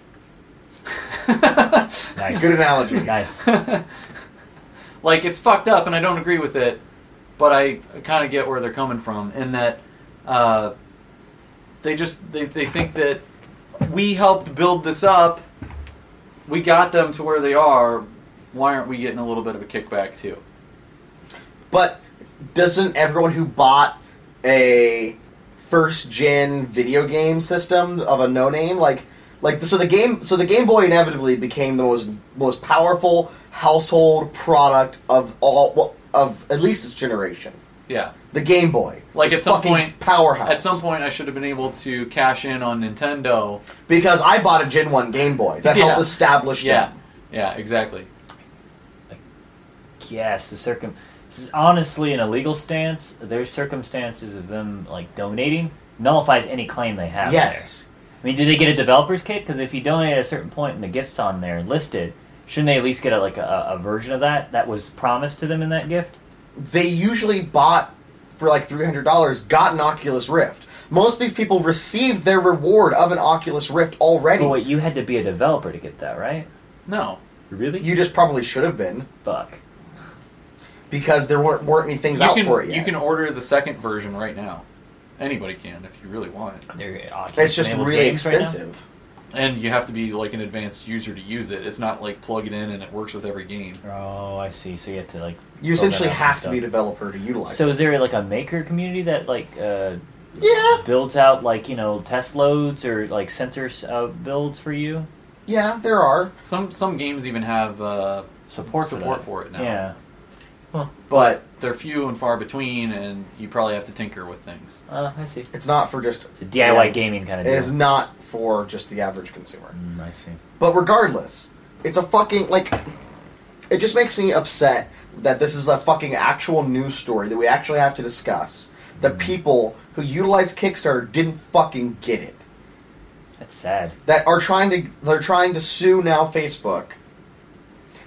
Speaker 5: nice.
Speaker 4: Good analogy.
Speaker 5: Nice.
Speaker 6: like it's fucked up, and I don't agree with it. But I kind of get where they're coming from in that uh, they just they, they think that we helped build this up. We got them to where they are. Why aren't we getting a little bit of a kickback too?
Speaker 4: But doesn't everyone who bought a first gen video game system of a no name like like so the game so the Game Boy inevitably became the most most powerful household product of all well, of at least its generation.
Speaker 6: Yeah.
Speaker 4: The Game Boy.
Speaker 6: Like
Speaker 4: This
Speaker 6: at some
Speaker 4: fucking
Speaker 6: point,
Speaker 4: powerhouse.
Speaker 6: At some point, I should have been able to cash in on Nintendo.
Speaker 4: because I bought a Gen One Game Boy that
Speaker 6: Yeah.
Speaker 4: helped establish
Speaker 6: Yeah,
Speaker 4: them.
Speaker 6: yeah, exactly.
Speaker 5: Yes, the circum. This is honestly an illegal stance. Their circumstances of them like donating nullifies any claim they have.
Speaker 4: Yes.
Speaker 5: there. I mean, did they get a developer's kit? Because if you donate at a certain point and the gift's on there and listed, shouldn't they at least get a, like a, a version of that that was promised to them in that gift?
Speaker 4: They usually bought for like three hundred dollars, got an Oculus Rift. Most of these people received their reward of an Oculus Rift already.
Speaker 5: But wait, you had to be a developer to get that, right?
Speaker 6: No,
Speaker 5: Really?
Speaker 4: You just probably should have been
Speaker 5: fuck.
Speaker 4: because there weren't, weren't any things
Speaker 6: you
Speaker 4: out
Speaker 6: can
Speaker 4: for it yet.
Speaker 6: you can order the second version right now. Anybody can if you really want it,
Speaker 5: They're
Speaker 4: it's just
Speaker 5: Oculus-enabled
Speaker 4: really
Speaker 5: games right now?
Speaker 4: expensive.
Speaker 6: and you have to be like an advanced user to use it. It's not like plug it in and it works with every game.
Speaker 5: oh, I see. So you have to like. build
Speaker 4: you
Speaker 5: that
Speaker 4: essentially
Speaker 5: up and
Speaker 4: have to
Speaker 5: stuff.
Speaker 4: be a developer to utilize
Speaker 5: So
Speaker 4: it.
Speaker 5: is there like a maker community that like uh,
Speaker 4: Yeah,
Speaker 5: builds out like you know test loads or like sensors uh, builds for you
Speaker 4: yeah, there are,
Speaker 6: Some some games even have uh,
Speaker 5: support for
Speaker 6: support
Speaker 5: that.
Speaker 6: for it now.
Speaker 5: Yeah,
Speaker 4: but
Speaker 6: They're few and far between, and you probably have to tinker with things.
Speaker 5: uh, I see.
Speaker 4: it's not for just
Speaker 5: The DIY
Speaker 4: Yeah.
Speaker 5: gaming kind of
Speaker 4: It is
Speaker 5: deal.
Speaker 4: not for just the average consumer.
Speaker 5: Mm, I see.
Speaker 4: But regardless, it's a fucking like it just makes me upset that this is a fucking actual news story that we actually have to discuss. The
Speaker 5: Mm-hmm.
Speaker 4: people who utilize Kickstarter didn't fucking get it.
Speaker 5: That's sad.
Speaker 4: That are trying to they're trying to sue now Facebook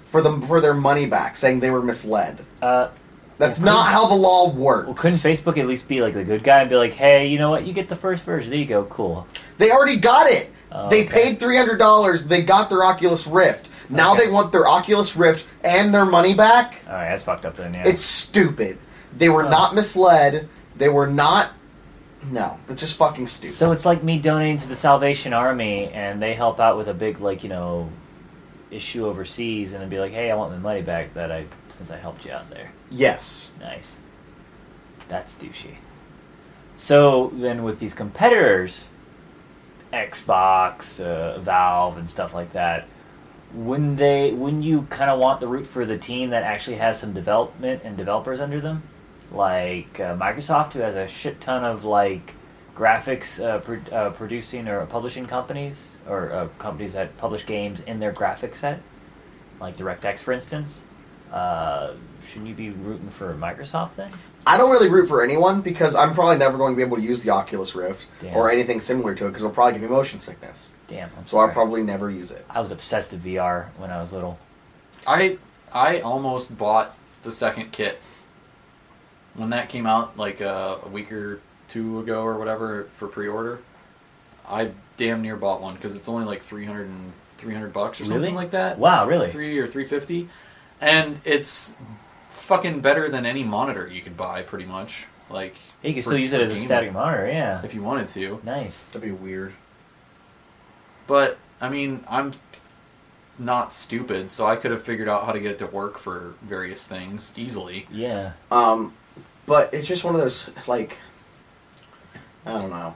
Speaker 4: for them for their money back, saying they were misled.
Speaker 5: Uh,
Speaker 4: That's
Speaker 5: Well, couldn't-
Speaker 4: not how the law works.
Speaker 5: well, couldn't Facebook at least be like the good guy and be like, hey, you know what? You get the first version. There you go. Cool.
Speaker 4: They already got it.
Speaker 5: Oh,
Speaker 4: they
Speaker 5: okay.
Speaker 4: paid three hundred dollars. They got their Oculus Rift. Now
Speaker 5: Okay.
Speaker 4: they want their Oculus Rift and their money back.
Speaker 5: All right, that's fucked up then. Yeah.
Speaker 4: It's stupid. They were not misled. They were not. No, it's just fucking stupid.
Speaker 5: so it's like me donating to the Salvation Army and they help out with a big like you know issue overseas and then be like, hey, I want my money back that I since I helped you out there.
Speaker 4: yes,
Speaker 5: Nice. That's douchey. So then, with these competitors, Xbox, uh, Valve, and stuff like that, wouldn't they? Wouldn't you kind of want the root for the team that actually has some development and developers under them, like uh, Microsoft, who has a shit ton of like graphics uh, pro- uh, producing or publishing companies or uh, companies that publish games in their graphic set, like DirectX, for instance. Uh, shouldn't you be rooting for Microsoft then?
Speaker 4: I don't really root for anyone because I'm probably never going to be able to use the Oculus Rift
Speaker 5: Damn.
Speaker 4: or anything similar to it because it'll probably give me motion sickness.
Speaker 5: Damn. I'm
Speaker 4: So I'll
Speaker 5: sorry.
Speaker 4: probably never use it.
Speaker 5: I was obsessed with VR when I was little.
Speaker 6: I I almost bought the second kit when that came out like uh, a week or two ago or whatever for pre-order. I damn near bought one because it's only like 300 and 300 bucks or
Speaker 5: Really?
Speaker 6: something like that.
Speaker 5: Wow, really?
Speaker 6: Three or 350, and it's fucking better than any monitor you could buy pretty much. Like
Speaker 5: You can
Speaker 6: for-
Speaker 5: still use it
Speaker 6: for
Speaker 5: as a
Speaker 6: gaming
Speaker 5: static monitor, yeah.
Speaker 6: if you wanted to.
Speaker 5: Nice.
Speaker 4: That'd be weird.
Speaker 6: But I mean, I'm not stupid, so I could have figured out how to get it to work for various things easily.
Speaker 5: Yeah.
Speaker 4: Um, but it's just one of those like I don't know.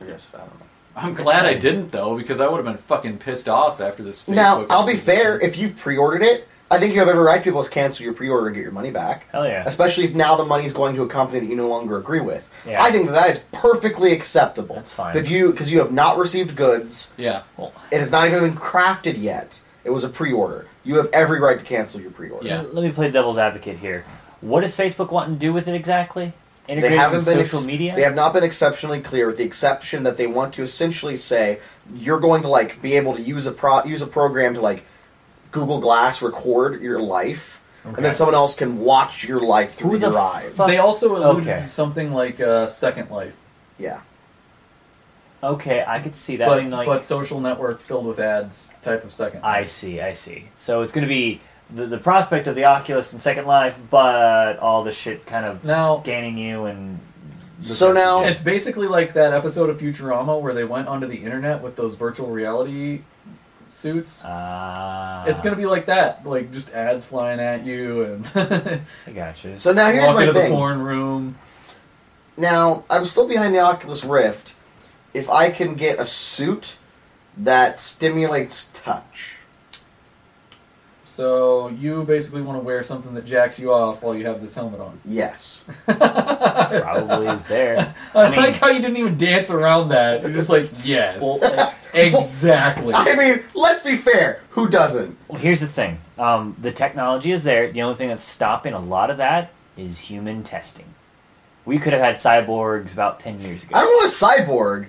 Speaker 4: I guess I don't know.
Speaker 6: I'm glad I didn't though, because I would have been fucking pissed off after this. Facebook
Speaker 4: Now I'll be fair.
Speaker 6: acquisition.
Speaker 4: If you've pre-ordered it, I think you have every right to be able to cancel your pre-order and get your money back.
Speaker 5: Hell yeah.
Speaker 4: especially if now the money's going to a company that you no longer agree with.
Speaker 5: Yeah.
Speaker 4: I think that that is perfectly acceptable.
Speaker 5: That's fine.
Speaker 4: But you, because you have not received goods,
Speaker 6: yeah,
Speaker 5: Well,
Speaker 4: it has not even been crafted yet. It was a pre-order. You have every right to cancel your pre-order.
Speaker 6: Yeah.
Speaker 5: let me play devil's advocate here. What does Facebook want to do with it exactly? Integrate
Speaker 4: They
Speaker 5: it with
Speaker 4: haven't been
Speaker 5: social
Speaker 4: ex-
Speaker 5: media?
Speaker 4: They have not been exceptionally clear, with the exception that they want to essentially say you're going to like be able to use a pro- use a program to like Google Glass record your life, and
Speaker 5: Okay.
Speaker 4: then someone else can watch your life through
Speaker 5: Who the
Speaker 4: your
Speaker 5: fuck-
Speaker 4: eyes.
Speaker 6: they also alluded
Speaker 5: Okay.
Speaker 6: to something like uh, Second Life,
Speaker 4: yeah,
Speaker 5: okay, I could see that.
Speaker 6: but,
Speaker 5: being like,
Speaker 6: but social network filled with ads type of Second.
Speaker 5: I
Speaker 6: Life.
Speaker 5: see, I see. So it's going to be the, the prospect of the Oculus and Second Life, but all the shit kind of
Speaker 6: Now-
Speaker 5: scanning you and.
Speaker 4: So now-
Speaker 6: It's basically like that episode of Futurama where they went onto the internet with those virtual reality suits.
Speaker 5: Ah.
Speaker 6: it's gonna be like that, like just ads flying at you and
Speaker 5: I gotcha.
Speaker 4: So now here's
Speaker 6: walk
Speaker 4: my
Speaker 6: into the
Speaker 4: thing.
Speaker 6: porn room.
Speaker 4: Now, I'm still behind the Oculus Rift if I can get a suit that stimulates touch.
Speaker 6: So you basically want to wear something that jacks you off while you have this helmet on.
Speaker 4: Yes.
Speaker 5: Probably is there.
Speaker 6: I,
Speaker 5: I mean-
Speaker 6: like how you didn't even dance around that. You're just like, yes, exactly.
Speaker 4: I mean, let's be fair. Who doesn't?
Speaker 5: Well, here's the thing. Um, the technology is there. The only thing that's stopping a lot of that is human testing. We could have had cyborgs about 10 years ago.
Speaker 4: I don't want a cyborg.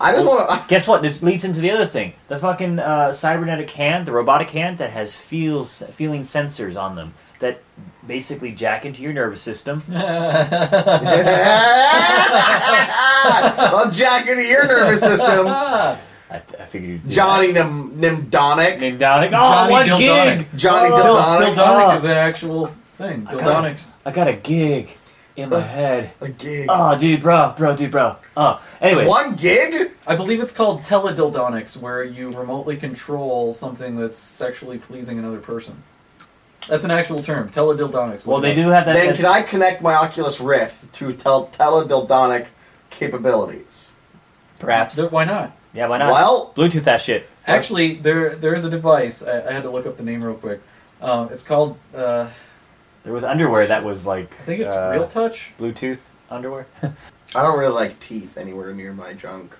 Speaker 4: I just want to.
Speaker 5: Guess what? This leads into the other thing. The fucking uh, cybernetic hand, the robotic hand that has feels feeling sensors on them that basically jack into your nervous system.
Speaker 4: I'll jack into your nervous system.
Speaker 5: I, I figured you'd do
Speaker 4: Johnny Nim- Nimdonic.
Speaker 5: that. Nimdonic. Oh,
Speaker 6: Johnny
Speaker 5: what
Speaker 6: Dildonic.
Speaker 5: gig? Oh,
Speaker 4: Johnny
Speaker 6: Dil-
Speaker 4: Dildonic.
Speaker 6: Dildonic is an actual thing.
Speaker 5: got it.
Speaker 6: Dildonics.
Speaker 5: I got a gig in
Speaker 6: Uh,
Speaker 5: my head.
Speaker 4: A gig.
Speaker 5: Oh, dude, bro, bro, dude, bro. Oh, anyway.
Speaker 4: One gig?
Speaker 6: I believe it's called teledildonics, where you remotely control something that's sexually pleasing another person. That's an actual term, teledildonics.
Speaker 5: Well,
Speaker 6: Look it
Speaker 5: they
Speaker 6: up.
Speaker 5: do have that.
Speaker 4: Then
Speaker 5: that-
Speaker 4: can I connect my Oculus Rift to tel- teledildonic capabilities?
Speaker 5: perhaps.
Speaker 6: Th- Why not?
Speaker 5: Yeah, why not?
Speaker 4: Well-
Speaker 5: Bluetooth that shit.
Speaker 6: Actually, there there is a device. I, I had to look up the name real quick. Um, it's called. Uh,
Speaker 5: There was underwear that was like.
Speaker 6: I think it's
Speaker 5: uh,
Speaker 6: Real Touch.
Speaker 5: Bluetooth underwear.
Speaker 4: I don't really like teeth anywhere near my junk.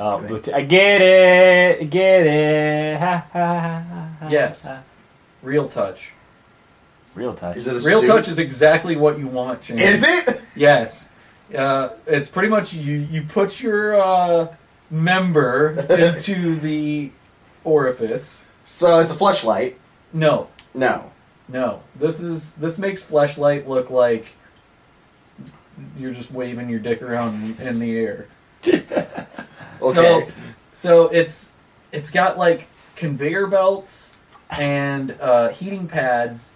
Speaker 5: Oh, Bluetooth. I get it. I Get it. Ha, ha, ha, ha, ha,
Speaker 6: Yes,
Speaker 5: ha.
Speaker 6: Real Touch.
Speaker 5: Real touch.
Speaker 4: Is it a
Speaker 6: Real
Speaker 4: suit?
Speaker 6: Touch is exactly what you want. James.
Speaker 4: Is it?
Speaker 6: Yes. Uh, it's pretty much you. You put your uh, member into the orifice.
Speaker 4: So it's a fleshlight.
Speaker 6: No,
Speaker 4: No.
Speaker 6: no. This is this makes fleshlight look like you're just waving your dick around in the air.
Speaker 4: Okay.
Speaker 6: So, so it's it's got like conveyor belts and uh, heating pads,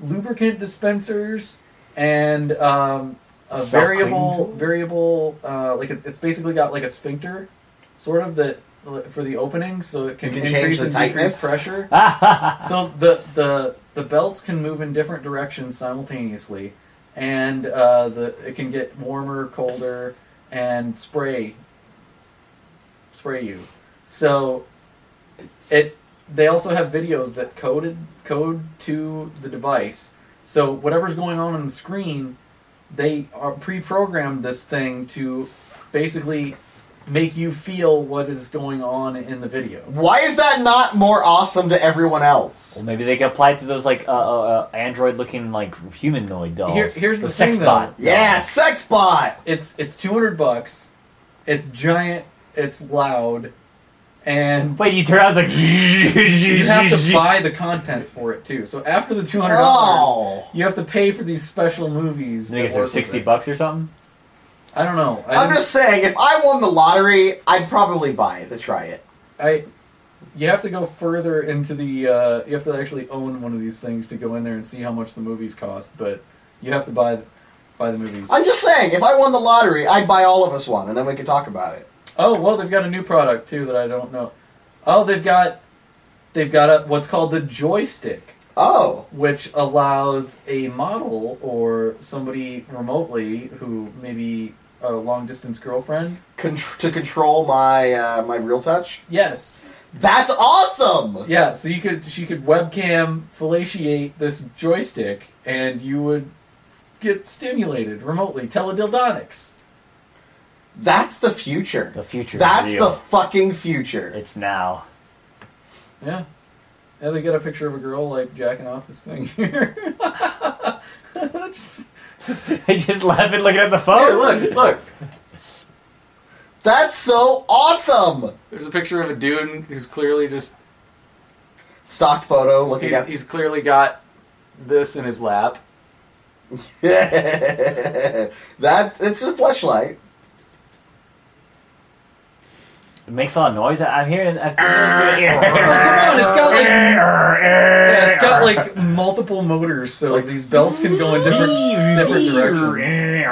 Speaker 6: lubricant dispensers, and um, a
Speaker 5: Self-cleaning
Speaker 6: variable
Speaker 5: tools?
Speaker 6: variable uh, like it's it's basically got like a sphincter, sort of that for the opening, so it can,
Speaker 4: You can change
Speaker 6: increase
Speaker 4: the
Speaker 6: and
Speaker 4: tightness?
Speaker 6: decrease pressure. so the the the belts can move in different directions simultaneously, and uh, the it can get warmer, colder, and spray spray you. So it they also have videos that coded code to the device. So whatever's going on on the screen, they are pre-programmed this thing to basically make you feel what is going on in the video.
Speaker 4: Why is that not more awesome to everyone else?
Speaker 5: Well, maybe they can apply it to those like uh, uh, uh, android-looking like humanoid dolls.
Speaker 6: Here- here's the
Speaker 5: Those sex
Speaker 6: thing, though.
Speaker 5: bot.
Speaker 4: Yeah, sex bot.
Speaker 6: It's it's 200 bucks. It's giant, it's loud, and
Speaker 5: Wait, you turn out it's like.
Speaker 6: you have to buy the content for it too. So after the $200,
Speaker 4: Oh.
Speaker 6: you have to pay for these special movies.
Speaker 5: I think
Speaker 6: that
Speaker 5: it's
Speaker 6: work
Speaker 5: like
Speaker 6: with
Speaker 5: sixty
Speaker 6: it.
Speaker 5: bucks or something.
Speaker 6: I don't know. I
Speaker 4: I'm
Speaker 6: didn't-
Speaker 4: just saying, if I won the lottery, I'd probably buy it to try it.
Speaker 6: I you have to go further into the uh, you have to actually own one of these things to go in there and see how much the movies cost, but you have to buy buy the movies.
Speaker 4: I'm just saying, if I won the lottery, I'd buy all of us one, and then we could talk about it.
Speaker 6: oh well, they've got a new product too that I don't know. Oh, they've got they've got a, what's called the joystick,
Speaker 4: Oh,
Speaker 6: which allows a model or somebody remotely who maybe a long distance girlfriend.
Speaker 4: con- to control my uh, my real touch.
Speaker 6: Yes.
Speaker 4: That's awesome.
Speaker 6: Yeah, so you could she could webcam fellatiate this joystick, and you would get stimulated remotely. Teledildonics.
Speaker 4: That's the future.
Speaker 5: The future. is
Speaker 4: That's
Speaker 5: real.
Speaker 4: the fucking future.
Speaker 5: It's now.
Speaker 6: Yeah. Yeah, they got a picture of a girl like jacking off this thing here. Oh,
Speaker 5: I just laughing looking at the phone.
Speaker 6: Hey, look, look.
Speaker 4: That's so awesome.
Speaker 6: There's a picture of a dude who's clearly just
Speaker 4: Stock photo looking
Speaker 6: he's,
Speaker 4: at.
Speaker 6: he's clearly got this in his lap.
Speaker 4: that it's a flashlight.
Speaker 5: It makes a lot of noise. I- I'm hearing. I-
Speaker 6: Oh come on, it's got like yeah, it's got like multiple motors, so these belts can go in different different directions.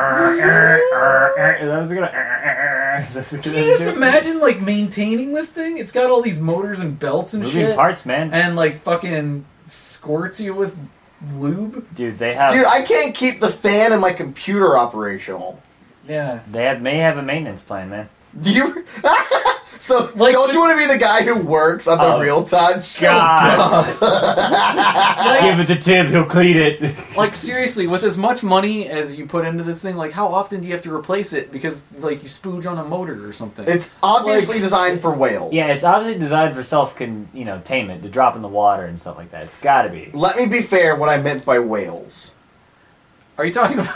Speaker 5: I was gonna.
Speaker 6: Can you just imagine like maintaining this thing? It's got all these motors and belts and
Speaker 5: Moving
Speaker 6: shit,
Speaker 5: parts, man.
Speaker 6: and like fucking squirts you with lube.
Speaker 5: Dude, they have.
Speaker 4: Dude, I can't keep the fan in my computer operational.
Speaker 6: Yeah, Oh,
Speaker 5: they have, may have a maintenance plan, man.
Speaker 4: Do you? So
Speaker 6: Like-
Speaker 4: don't you want to be the guy who works on
Speaker 5: Oh.
Speaker 4: the real touch?
Speaker 5: God. Give it to Tim. He'll clean it.
Speaker 6: Like seriously, with as much money as you put into this thing, like how often do you have to replace it because like you spooge on a motor or something?
Speaker 4: It's obviously designed for whales.
Speaker 5: Yeah, it's obviously designed for self con you know tainment, the drop in the water and stuff like that. It's got to be.
Speaker 4: Let me be fair. What I meant by whales.
Speaker 6: Are you talking about?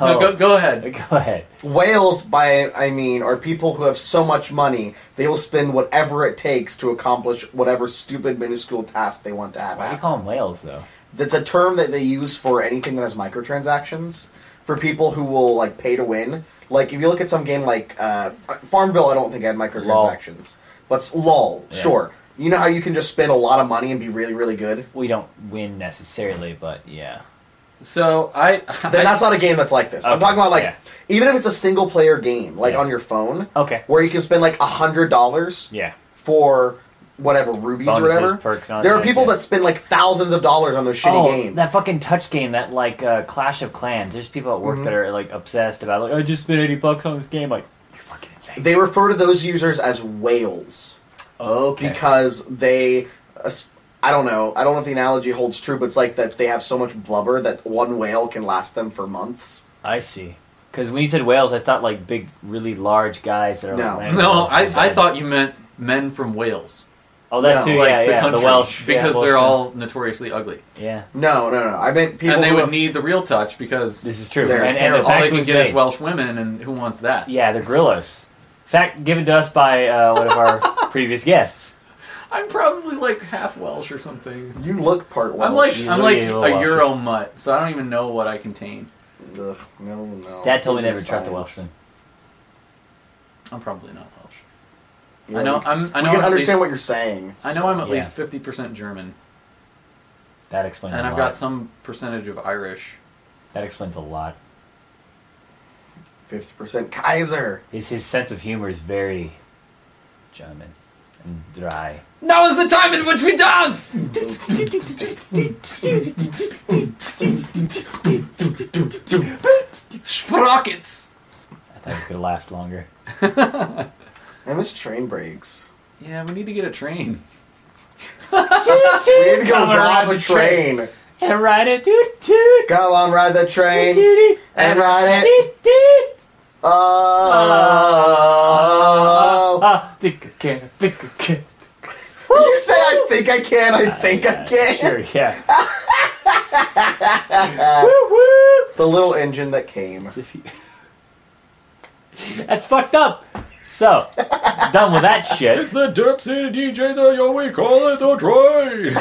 Speaker 5: Oh.
Speaker 6: No, go, go ahead.
Speaker 5: Go ahead.
Speaker 4: Whales, by I mean, are people who have so much money they will spend whatever it takes to accomplish whatever stupid minuscule task they want to have.
Speaker 5: Why do you
Speaker 4: happen.
Speaker 5: call them whales though?
Speaker 4: That's a term that they use for anything that has microtransactions for people who will like pay to win. Like if you look at some game like uh, Farmville, I don't think had microtransactions, but s- lol, sure. You know how you can just spend a lot of money and be really, really good.
Speaker 5: We don't win necessarily, but yeah.
Speaker 6: So I,
Speaker 4: Then that's not a game that's like this. I'm
Speaker 5: Okay,
Speaker 4: talking about like
Speaker 5: yeah.
Speaker 4: even if it's a single player game, like
Speaker 5: Yeah. Oh,
Speaker 4: on your phone,
Speaker 5: Okay.
Speaker 4: where you can spend like a hundred dollars
Speaker 5: Yeah.
Speaker 4: for whatever rubies
Speaker 5: Bonuses,
Speaker 4: or whatever.
Speaker 5: perks, and all
Speaker 4: there
Speaker 5: that
Speaker 4: are people
Speaker 5: shit.
Speaker 4: that spend like thousands of dollars on those shitty
Speaker 5: oh,
Speaker 4: games.
Speaker 5: that fucking touch game, that like uh, Clash of Clans. There's people at work
Speaker 4: Mm-hmm.
Speaker 5: that are like obsessed about like I just spent eighty bucks on this game. Like you're fucking insane.
Speaker 4: they refer to those users as whales Oh,
Speaker 5: okay.
Speaker 4: because they as- I don't know. I don't know if the analogy holds true, but it's like that they have so much blubber that one whale can last them for months.
Speaker 5: I see. Because when you said whales, I thought like big, really large guys that are
Speaker 4: No.
Speaker 5: like.
Speaker 6: no, I, I thought you meant men from Wales,
Speaker 5: Oh, that
Speaker 4: No,
Speaker 5: too.
Speaker 6: like
Speaker 5: yeah,
Speaker 6: the
Speaker 5: yeah.
Speaker 6: country,
Speaker 5: the Welsh, yeah,
Speaker 6: because
Speaker 5: Welsh
Speaker 6: they're
Speaker 5: men.
Speaker 6: all notoriously ugly,
Speaker 5: Yeah,
Speaker 4: No, no, no. I meant people
Speaker 6: and they
Speaker 4: who
Speaker 6: would
Speaker 4: have-
Speaker 6: need the real touch because
Speaker 5: this is true.
Speaker 4: They're
Speaker 5: And, and the
Speaker 4: terrible.
Speaker 6: all
Speaker 5: fact
Speaker 6: they can
Speaker 5: was
Speaker 6: get is
Speaker 5: made-
Speaker 6: Welsh women, and who wants that?
Speaker 5: Yeah, they're gorillas. Fact given to us by uh, one of our previous guests.
Speaker 6: I'm probably like half Welsh or something.
Speaker 4: you look part Welsh.
Speaker 6: I'm like
Speaker 5: she's
Speaker 6: I'm like
Speaker 5: really a
Speaker 6: a
Speaker 5: Welsh.
Speaker 6: Euro mutt, so I don't even know what I contain.
Speaker 4: Ugh, no, no.
Speaker 5: Dad told me
Speaker 4: Give
Speaker 5: never to trust
Speaker 4: science.
Speaker 5: a Welshman.
Speaker 6: I'm probably not Welsh.
Speaker 4: Yeah,
Speaker 6: I know
Speaker 4: we-
Speaker 6: I'm. I
Speaker 4: we can
Speaker 6: know I'm at least-
Speaker 4: understand what you're saying.
Speaker 6: I know I'm at
Speaker 5: Yeah.
Speaker 6: least fifty percent German,
Speaker 5: That explains.
Speaker 6: and
Speaker 5: a
Speaker 6: I've
Speaker 5: lot.
Speaker 6: got some percentage of Irish.
Speaker 5: That explains a lot.
Speaker 4: Fifty percent Kaiser.
Speaker 5: His his sense of humor is very German and dry.
Speaker 6: Now is the time in which we dance. Sprockets.
Speaker 5: I thought it was gonna last longer.
Speaker 4: I miss train breaks.
Speaker 6: Yeah, we need to get a train.
Speaker 4: We need to go rob a train.
Speaker 5: and ride it, toot toot
Speaker 4: Go on, ride the train
Speaker 5: toot
Speaker 4: and ride it.
Speaker 5: toot toot.
Speaker 4: Oh.
Speaker 5: Ah, think I can, think I can.
Speaker 4: You say I think I can, I think I can.
Speaker 5: Ah, Sure, yeah.
Speaker 4: The little engine that came.
Speaker 5: If you- That's fucked up. So, done with that shit.
Speaker 6: The Derp City DJs are your we call it the train.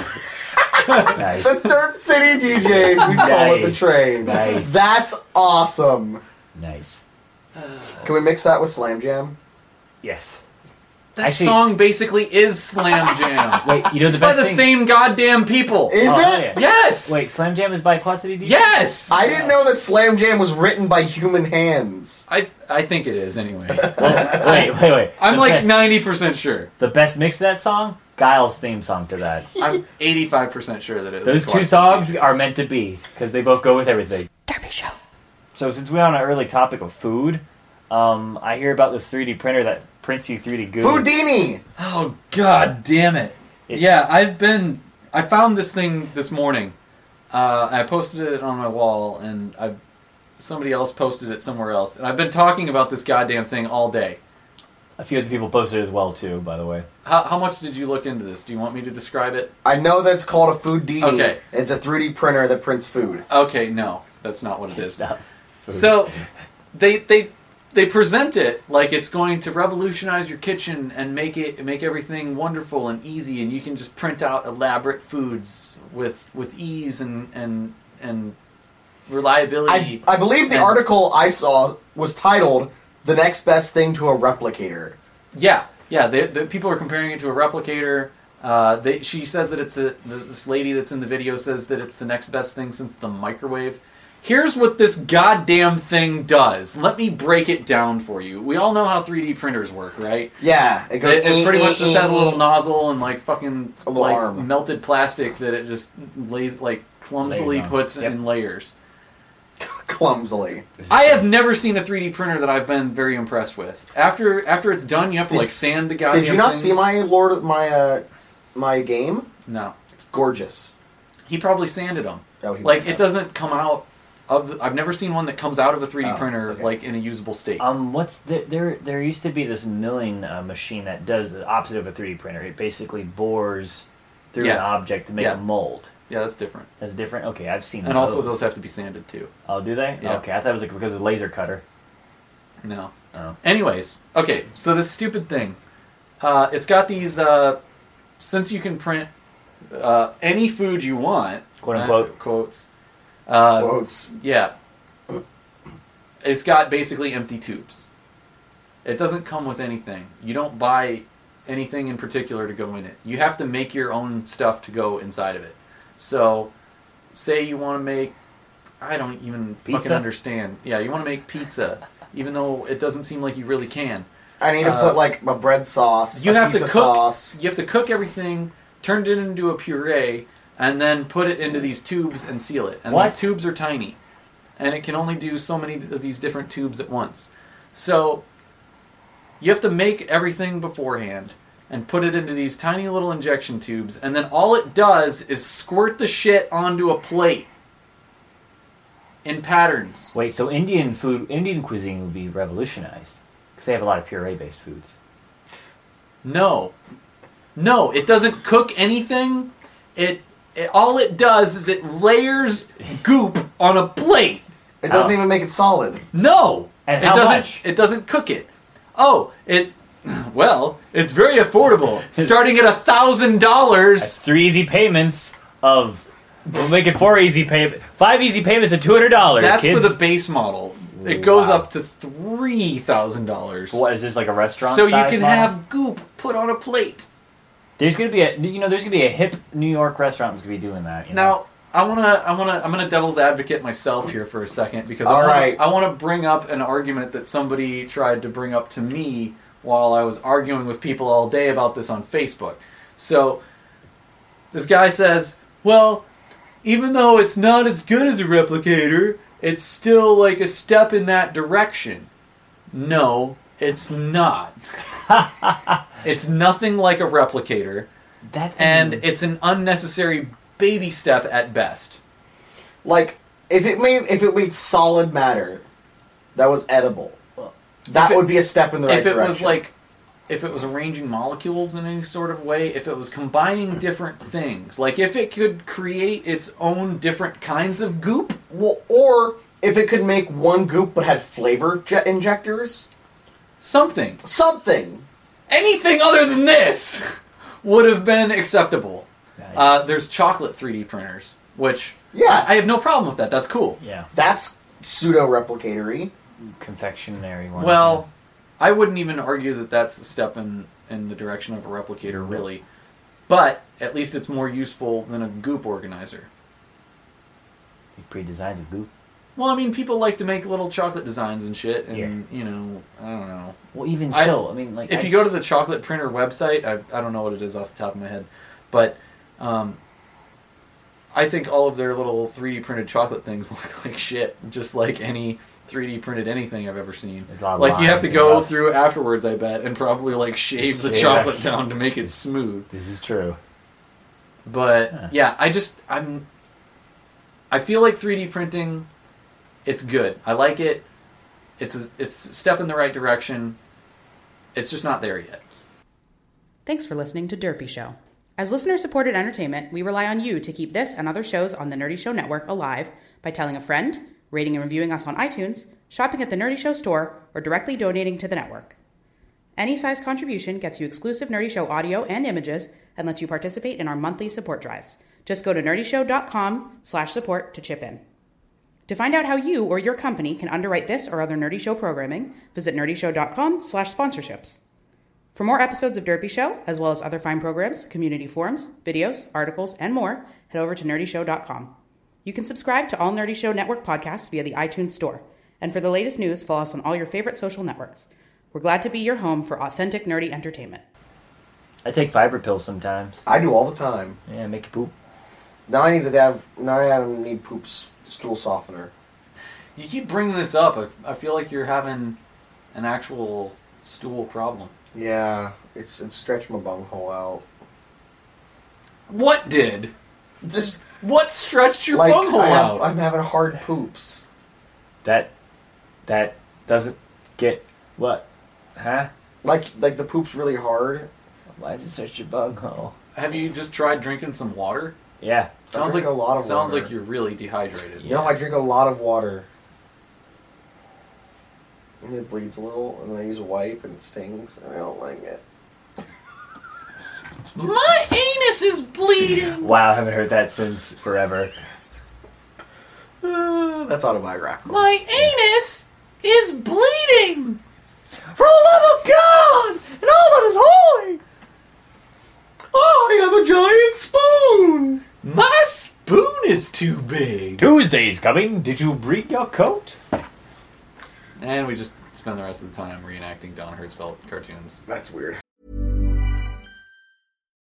Speaker 5: Nice.
Speaker 4: The Dirt City DJs, we call it the
Speaker 5: Nice.
Speaker 4: train.
Speaker 5: Nice.
Speaker 4: That's awesome.
Speaker 5: Nice.
Speaker 4: Can we mix that with Slam Jam?
Speaker 5: Yes.
Speaker 6: That
Speaker 5: Actually-
Speaker 6: song basically is Slam Jam.
Speaker 5: Wait, you know the
Speaker 6: It's by
Speaker 5: best
Speaker 6: the
Speaker 5: thing?
Speaker 6: same goddamn people.
Speaker 4: Is
Speaker 5: Oh, hell
Speaker 4: it?
Speaker 5: yeah.
Speaker 6: yes.
Speaker 5: Wait, Slam Jam is by Quad City DJ?
Speaker 6: Yes.
Speaker 4: I didn't know that Slam Jam was written by human hands.
Speaker 6: I I think it is anyway.
Speaker 5: Wait, wait, wait.
Speaker 6: I'm
Speaker 5: The
Speaker 6: like
Speaker 5: best-
Speaker 6: ninety percent sure.
Speaker 5: The best mix of that song? Guile's theme song to that.
Speaker 6: I'm eighty five percent sure that it.
Speaker 5: Those
Speaker 6: was
Speaker 5: two
Speaker 6: Quad
Speaker 5: songs
Speaker 6: City
Speaker 5: are
Speaker 6: DJs.
Speaker 5: meant to be because they both go with everything.
Speaker 8: Derby Show.
Speaker 5: So since we're on an early topic of food, um, I hear about this 3D printer that prints you 3D goo.
Speaker 4: Houdini!
Speaker 6: Oh god damn it! Yeah, I've been. I found this thing this morning. Uh, I posted it on my wall, and I somebody else posted it somewhere else, and I've been talking about this goddamn thing all day.
Speaker 5: A few other people posted it as well too, by the way.
Speaker 6: How, how much did you look into this? Do you want me to describe it?
Speaker 4: I know that's called a Foodini.
Speaker 6: Okay.
Speaker 4: It's a 3D printer that prints food.
Speaker 6: Okay, no, that's not what it is.
Speaker 5: Stuff.
Speaker 6: So they they they present it like it's going to revolutionize your kitchen and make it make everything wonderful and easy and you can just print out elaborate foods with with ease and and and
Speaker 4: I,
Speaker 6: reliability.
Speaker 4: I believe the
Speaker 6: And-
Speaker 4: article I saw was titled The Next Best Thing to a Replicator.
Speaker 6: Yeah, yeah. They, the people are comparing it to a replicator. Uh, they, she says that it's a, this lady that's in the video says that it's the next best thing since the microwave. Here's what this goddamn thing does. Let me break it down for you. We all know how 3D printers work, right?
Speaker 4: Yeah, it goes.
Speaker 6: It, it pretty
Speaker 4: "Eh,
Speaker 6: much
Speaker 4: eh,
Speaker 6: just has a
Speaker 4: eh,
Speaker 6: little
Speaker 4: eh."
Speaker 6: nozzle and like fucking
Speaker 4: A little
Speaker 6: like
Speaker 4: arm.
Speaker 6: melted plastic that it just lays like clumsily
Speaker 5: Lays on.
Speaker 6: puts
Speaker 5: Yep.
Speaker 6: in layers.
Speaker 4: clumsily.
Speaker 6: I have never seen a 3D printer that I've been very impressed with. After after it's done, you have to like sand the guy.
Speaker 4: Did you not see my Lord of my uh, my game?
Speaker 6: No,
Speaker 4: It's gorgeous.
Speaker 6: he probably sanded them.
Speaker 4: Oh, he
Speaker 6: like
Speaker 4: would.
Speaker 6: it doesn't come out of. I've never seen one that comes out of a 3D
Speaker 4: Oh,
Speaker 6: printer
Speaker 4: okay.
Speaker 6: like in a usable state.
Speaker 10: Um, what's the, there? There used to be this milling uh, machine that does the opposite of a 3D printer. It basically bores through an
Speaker 6: Yeah.
Speaker 10: object to make
Speaker 6: Yeah.
Speaker 10: a mold.
Speaker 6: yeah, that's different.
Speaker 10: That's different. Okay, I've seen.
Speaker 6: And also,
Speaker 10: those.
Speaker 6: those have to be sanded too.
Speaker 10: Oh, do they?
Speaker 6: Yeah.
Speaker 10: Okay, I thought it was like because of laser cutter.
Speaker 6: No.
Speaker 10: Oh.
Speaker 6: Anyways, okay, so this stupid thing. Uh, it's got these, uh, since you can print uh, any food you want,
Speaker 10: Quote, unquote.
Speaker 6: uh, quotes. Uh,
Speaker 4: Quotes.
Speaker 6: Yeah. It's got basically empty tubes. It doesn't come with anything. You don't buy anything in particular to go in it. You have to make your own stuff to go inside of it. So, say you want to make, I don't even fucking
Speaker 10: Pizza?
Speaker 6: understand. Yeah, you want to make pizza, even though it doesn't seem like you really can.
Speaker 4: I need to
Speaker 6: Uh,
Speaker 4: put like a bread sauce.
Speaker 6: You
Speaker 4: a
Speaker 6: have to
Speaker 4: pizza
Speaker 6: cook.
Speaker 4: sauce.
Speaker 6: You have to cook everything, turn it into a puree, and then put it into these tubes and seal it. And
Speaker 10: What?
Speaker 6: these tubes are tiny, and it can only do so many of these different tubes at once. So you have to make everything beforehand and put it into these tiny little injection tubes, and then all it does is squirt the shit onto a plate in patterns.
Speaker 10: Wait, so Indian food, Indian cuisine would be revolutionized because they have a lot of puree-based foods.
Speaker 6: No. No, it doesn't cook anything. It, it all it does is it layers goop on a plate.
Speaker 4: It doesn't
Speaker 10: Oh.
Speaker 4: even make it solid.
Speaker 6: No.
Speaker 10: And
Speaker 6: it
Speaker 10: how
Speaker 6: doesn't
Speaker 10: much?
Speaker 6: it doesn't cook it. Oh, it well, it's very affordable. starting at a thousand
Speaker 10: That's
Speaker 6: dollars.
Speaker 10: three easy payments of. We'll make it four easy payments. Five easy payments of two hundred dollars.
Speaker 6: That's
Speaker 10: kids.
Speaker 6: for the base model. It goes
Speaker 10: Wow.
Speaker 6: up to three thousand dollars.
Speaker 10: What is this like a restaurant?
Speaker 6: So you
Speaker 10: size
Speaker 6: can
Speaker 10: model?
Speaker 6: have goop put on a plate.
Speaker 10: There's gonna be a you know there's gonna be a hip New York restaurant that's gonna be doing that. You know?
Speaker 6: Now, I wanna, I wanna, I'm gonna devil's advocate myself here for a second because I
Speaker 4: All
Speaker 6: wanna,
Speaker 4: right.
Speaker 6: I wanna bring up an argument that somebody tried to bring up to me while I was arguing with people all day about this on Facebook. So, this guy says, "Well, even though it's not as good as a replicator, it's still like a step in that direction." No, it's not. it's nothing like a replicator
Speaker 10: that thing-
Speaker 6: and
Speaker 4: Mm-hmm.
Speaker 6: it's an unnecessary baby step at best.
Speaker 4: Like if it made if it made solid matter, that was edible.
Speaker 6: if
Speaker 4: That
Speaker 6: it-
Speaker 4: would be a step in the right
Speaker 6: if it
Speaker 4: direction.
Speaker 6: was like, if it was arranging molecules in any sort of way, if it was combining different things, like if it could create its own different kinds of goop,
Speaker 4: well, or if it could make one goop but had flavor jet injectors,
Speaker 6: something,
Speaker 4: something.
Speaker 6: anything other than this would have been acceptable.
Speaker 10: Nice.
Speaker 6: Uh, there's chocolate 3D printers, which
Speaker 4: Yeah.
Speaker 6: I have no problem with that. That's cool.
Speaker 10: yeah,
Speaker 4: That's pseudo replicatory.
Speaker 10: confectionery one.
Speaker 6: Well, I wouldn't even argue that that's a step in in the direction of a replicator, really. But at least it's more useful than a goop organizer.
Speaker 10: he pre-designs a goop.
Speaker 6: Well, I mean, people like to make little chocolate designs and shit, and
Speaker 10: Yeah.
Speaker 6: you know, I don't know.
Speaker 10: Well, even
Speaker 6: I-
Speaker 10: still, I, mean, like
Speaker 6: If
Speaker 10: I
Speaker 6: you go to
Speaker 10: just-
Speaker 6: the chocolate printer website, I, I don't know what it is off the top of my head, but um, I think all of their little 3D printed chocolate things look like shit, just like any 3D printed anything I've ever seen.
Speaker 10: There's a lot of
Speaker 6: Like you have
Speaker 10: lines
Speaker 6: to
Speaker 10: and
Speaker 6: go
Speaker 10: stuff.
Speaker 6: through afterwards, I bet, and probably like shave the
Speaker 10: Yeah.
Speaker 6: chocolate down to make it smooth.
Speaker 10: this is true.
Speaker 6: But
Speaker 10: Huh.
Speaker 6: yeah, I just I'm I feel like 3D printing it's good. I like it. It's a, it's a step in the right direction. It's just not there yet.
Speaker 2: Thanks for listening to Derpy Show. As listener supported entertainment, we rely on you to keep this and other shows on the Nerdy Show Network alive by telling a friend, rating and reviewing us on iTunes, shopping at the Nerdy Show store, or directly donating to the network. Any size contribution gets you exclusive Nerdy Show audio and images and lets you participate in our monthly support drives. Just go to nerdyshow.com slash support to chip in. To find out how you or your company can underwrite this or other Nerdy Show programming, visit nerdyshow.com slash sponsorships. For more episodes of Derpy Show, as well as other fine programs, community forums, videos, articles, and more, head over to nerdyshow.com. You can subscribe to all Nerdy Show Network podcasts via the iTunes Store. And for the latest news, follow us on all your favorite social networks. We're glad to be your home for authentic nerdy entertainment.
Speaker 10: I take fiber pills sometimes.
Speaker 4: I do all the time.
Speaker 10: Yeah, make you poop.
Speaker 4: Now I need to have now I need poop s- stool softener.
Speaker 6: You keep bringing this up. I, I feel like you're having an actual stool problem.
Speaker 4: Yeah, it's it's stretch my bunghole out.
Speaker 6: What did?
Speaker 4: Just
Speaker 6: What stretched your
Speaker 4: like
Speaker 6: bunghole
Speaker 4: I have,
Speaker 6: out?
Speaker 4: I'm having hard poops.
Speaker 10: That that doesn't get what? Huh?
Speaker 4: Like like the poop's really hard.
Speaker 10: Why is it such a bunghole?
Speaker 6: Have you just tried drinking some water?
Speaker 10: Yeah.
Speaker 4: I
Speaker 6: Sounds
Speaker 4: drink
Speaker 6: like
Speaker 4: a lot of
Speaker 6: Sounds
Speaker 4: water.
Speaker 6: like you're really dehydrated.
Speaker 4: You know, I drink a lot of water. And it bleeds a little, and then I use a wipe, and it stings, and I don't like it.
Speaker 6: My anus is bleeding.
Speaker 10: Wow, I haven't heard that since forever.
Speaker 4: Uh, that's autobiographical.
Speaker 6: My anus is bleeding.
Speaker 10: For the love of God and all that is holy,
Speaker 4: I have a giant spoon!
Speaker 6: My spoon is too big.
Speaker 10: Tuesday's coming. Did you bring your coat?
Speaker 6: And we just spend the rest of the time reenacting Don Hertzfeldt cartoons.
Speaker 4: That's weird.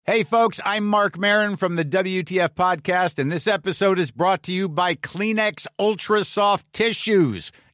Speaker 1: Hey, folks, I'm Mark Marin from the WTF Podcast, and this episode is brought to you by Kleenex Ultra Soft Tissues,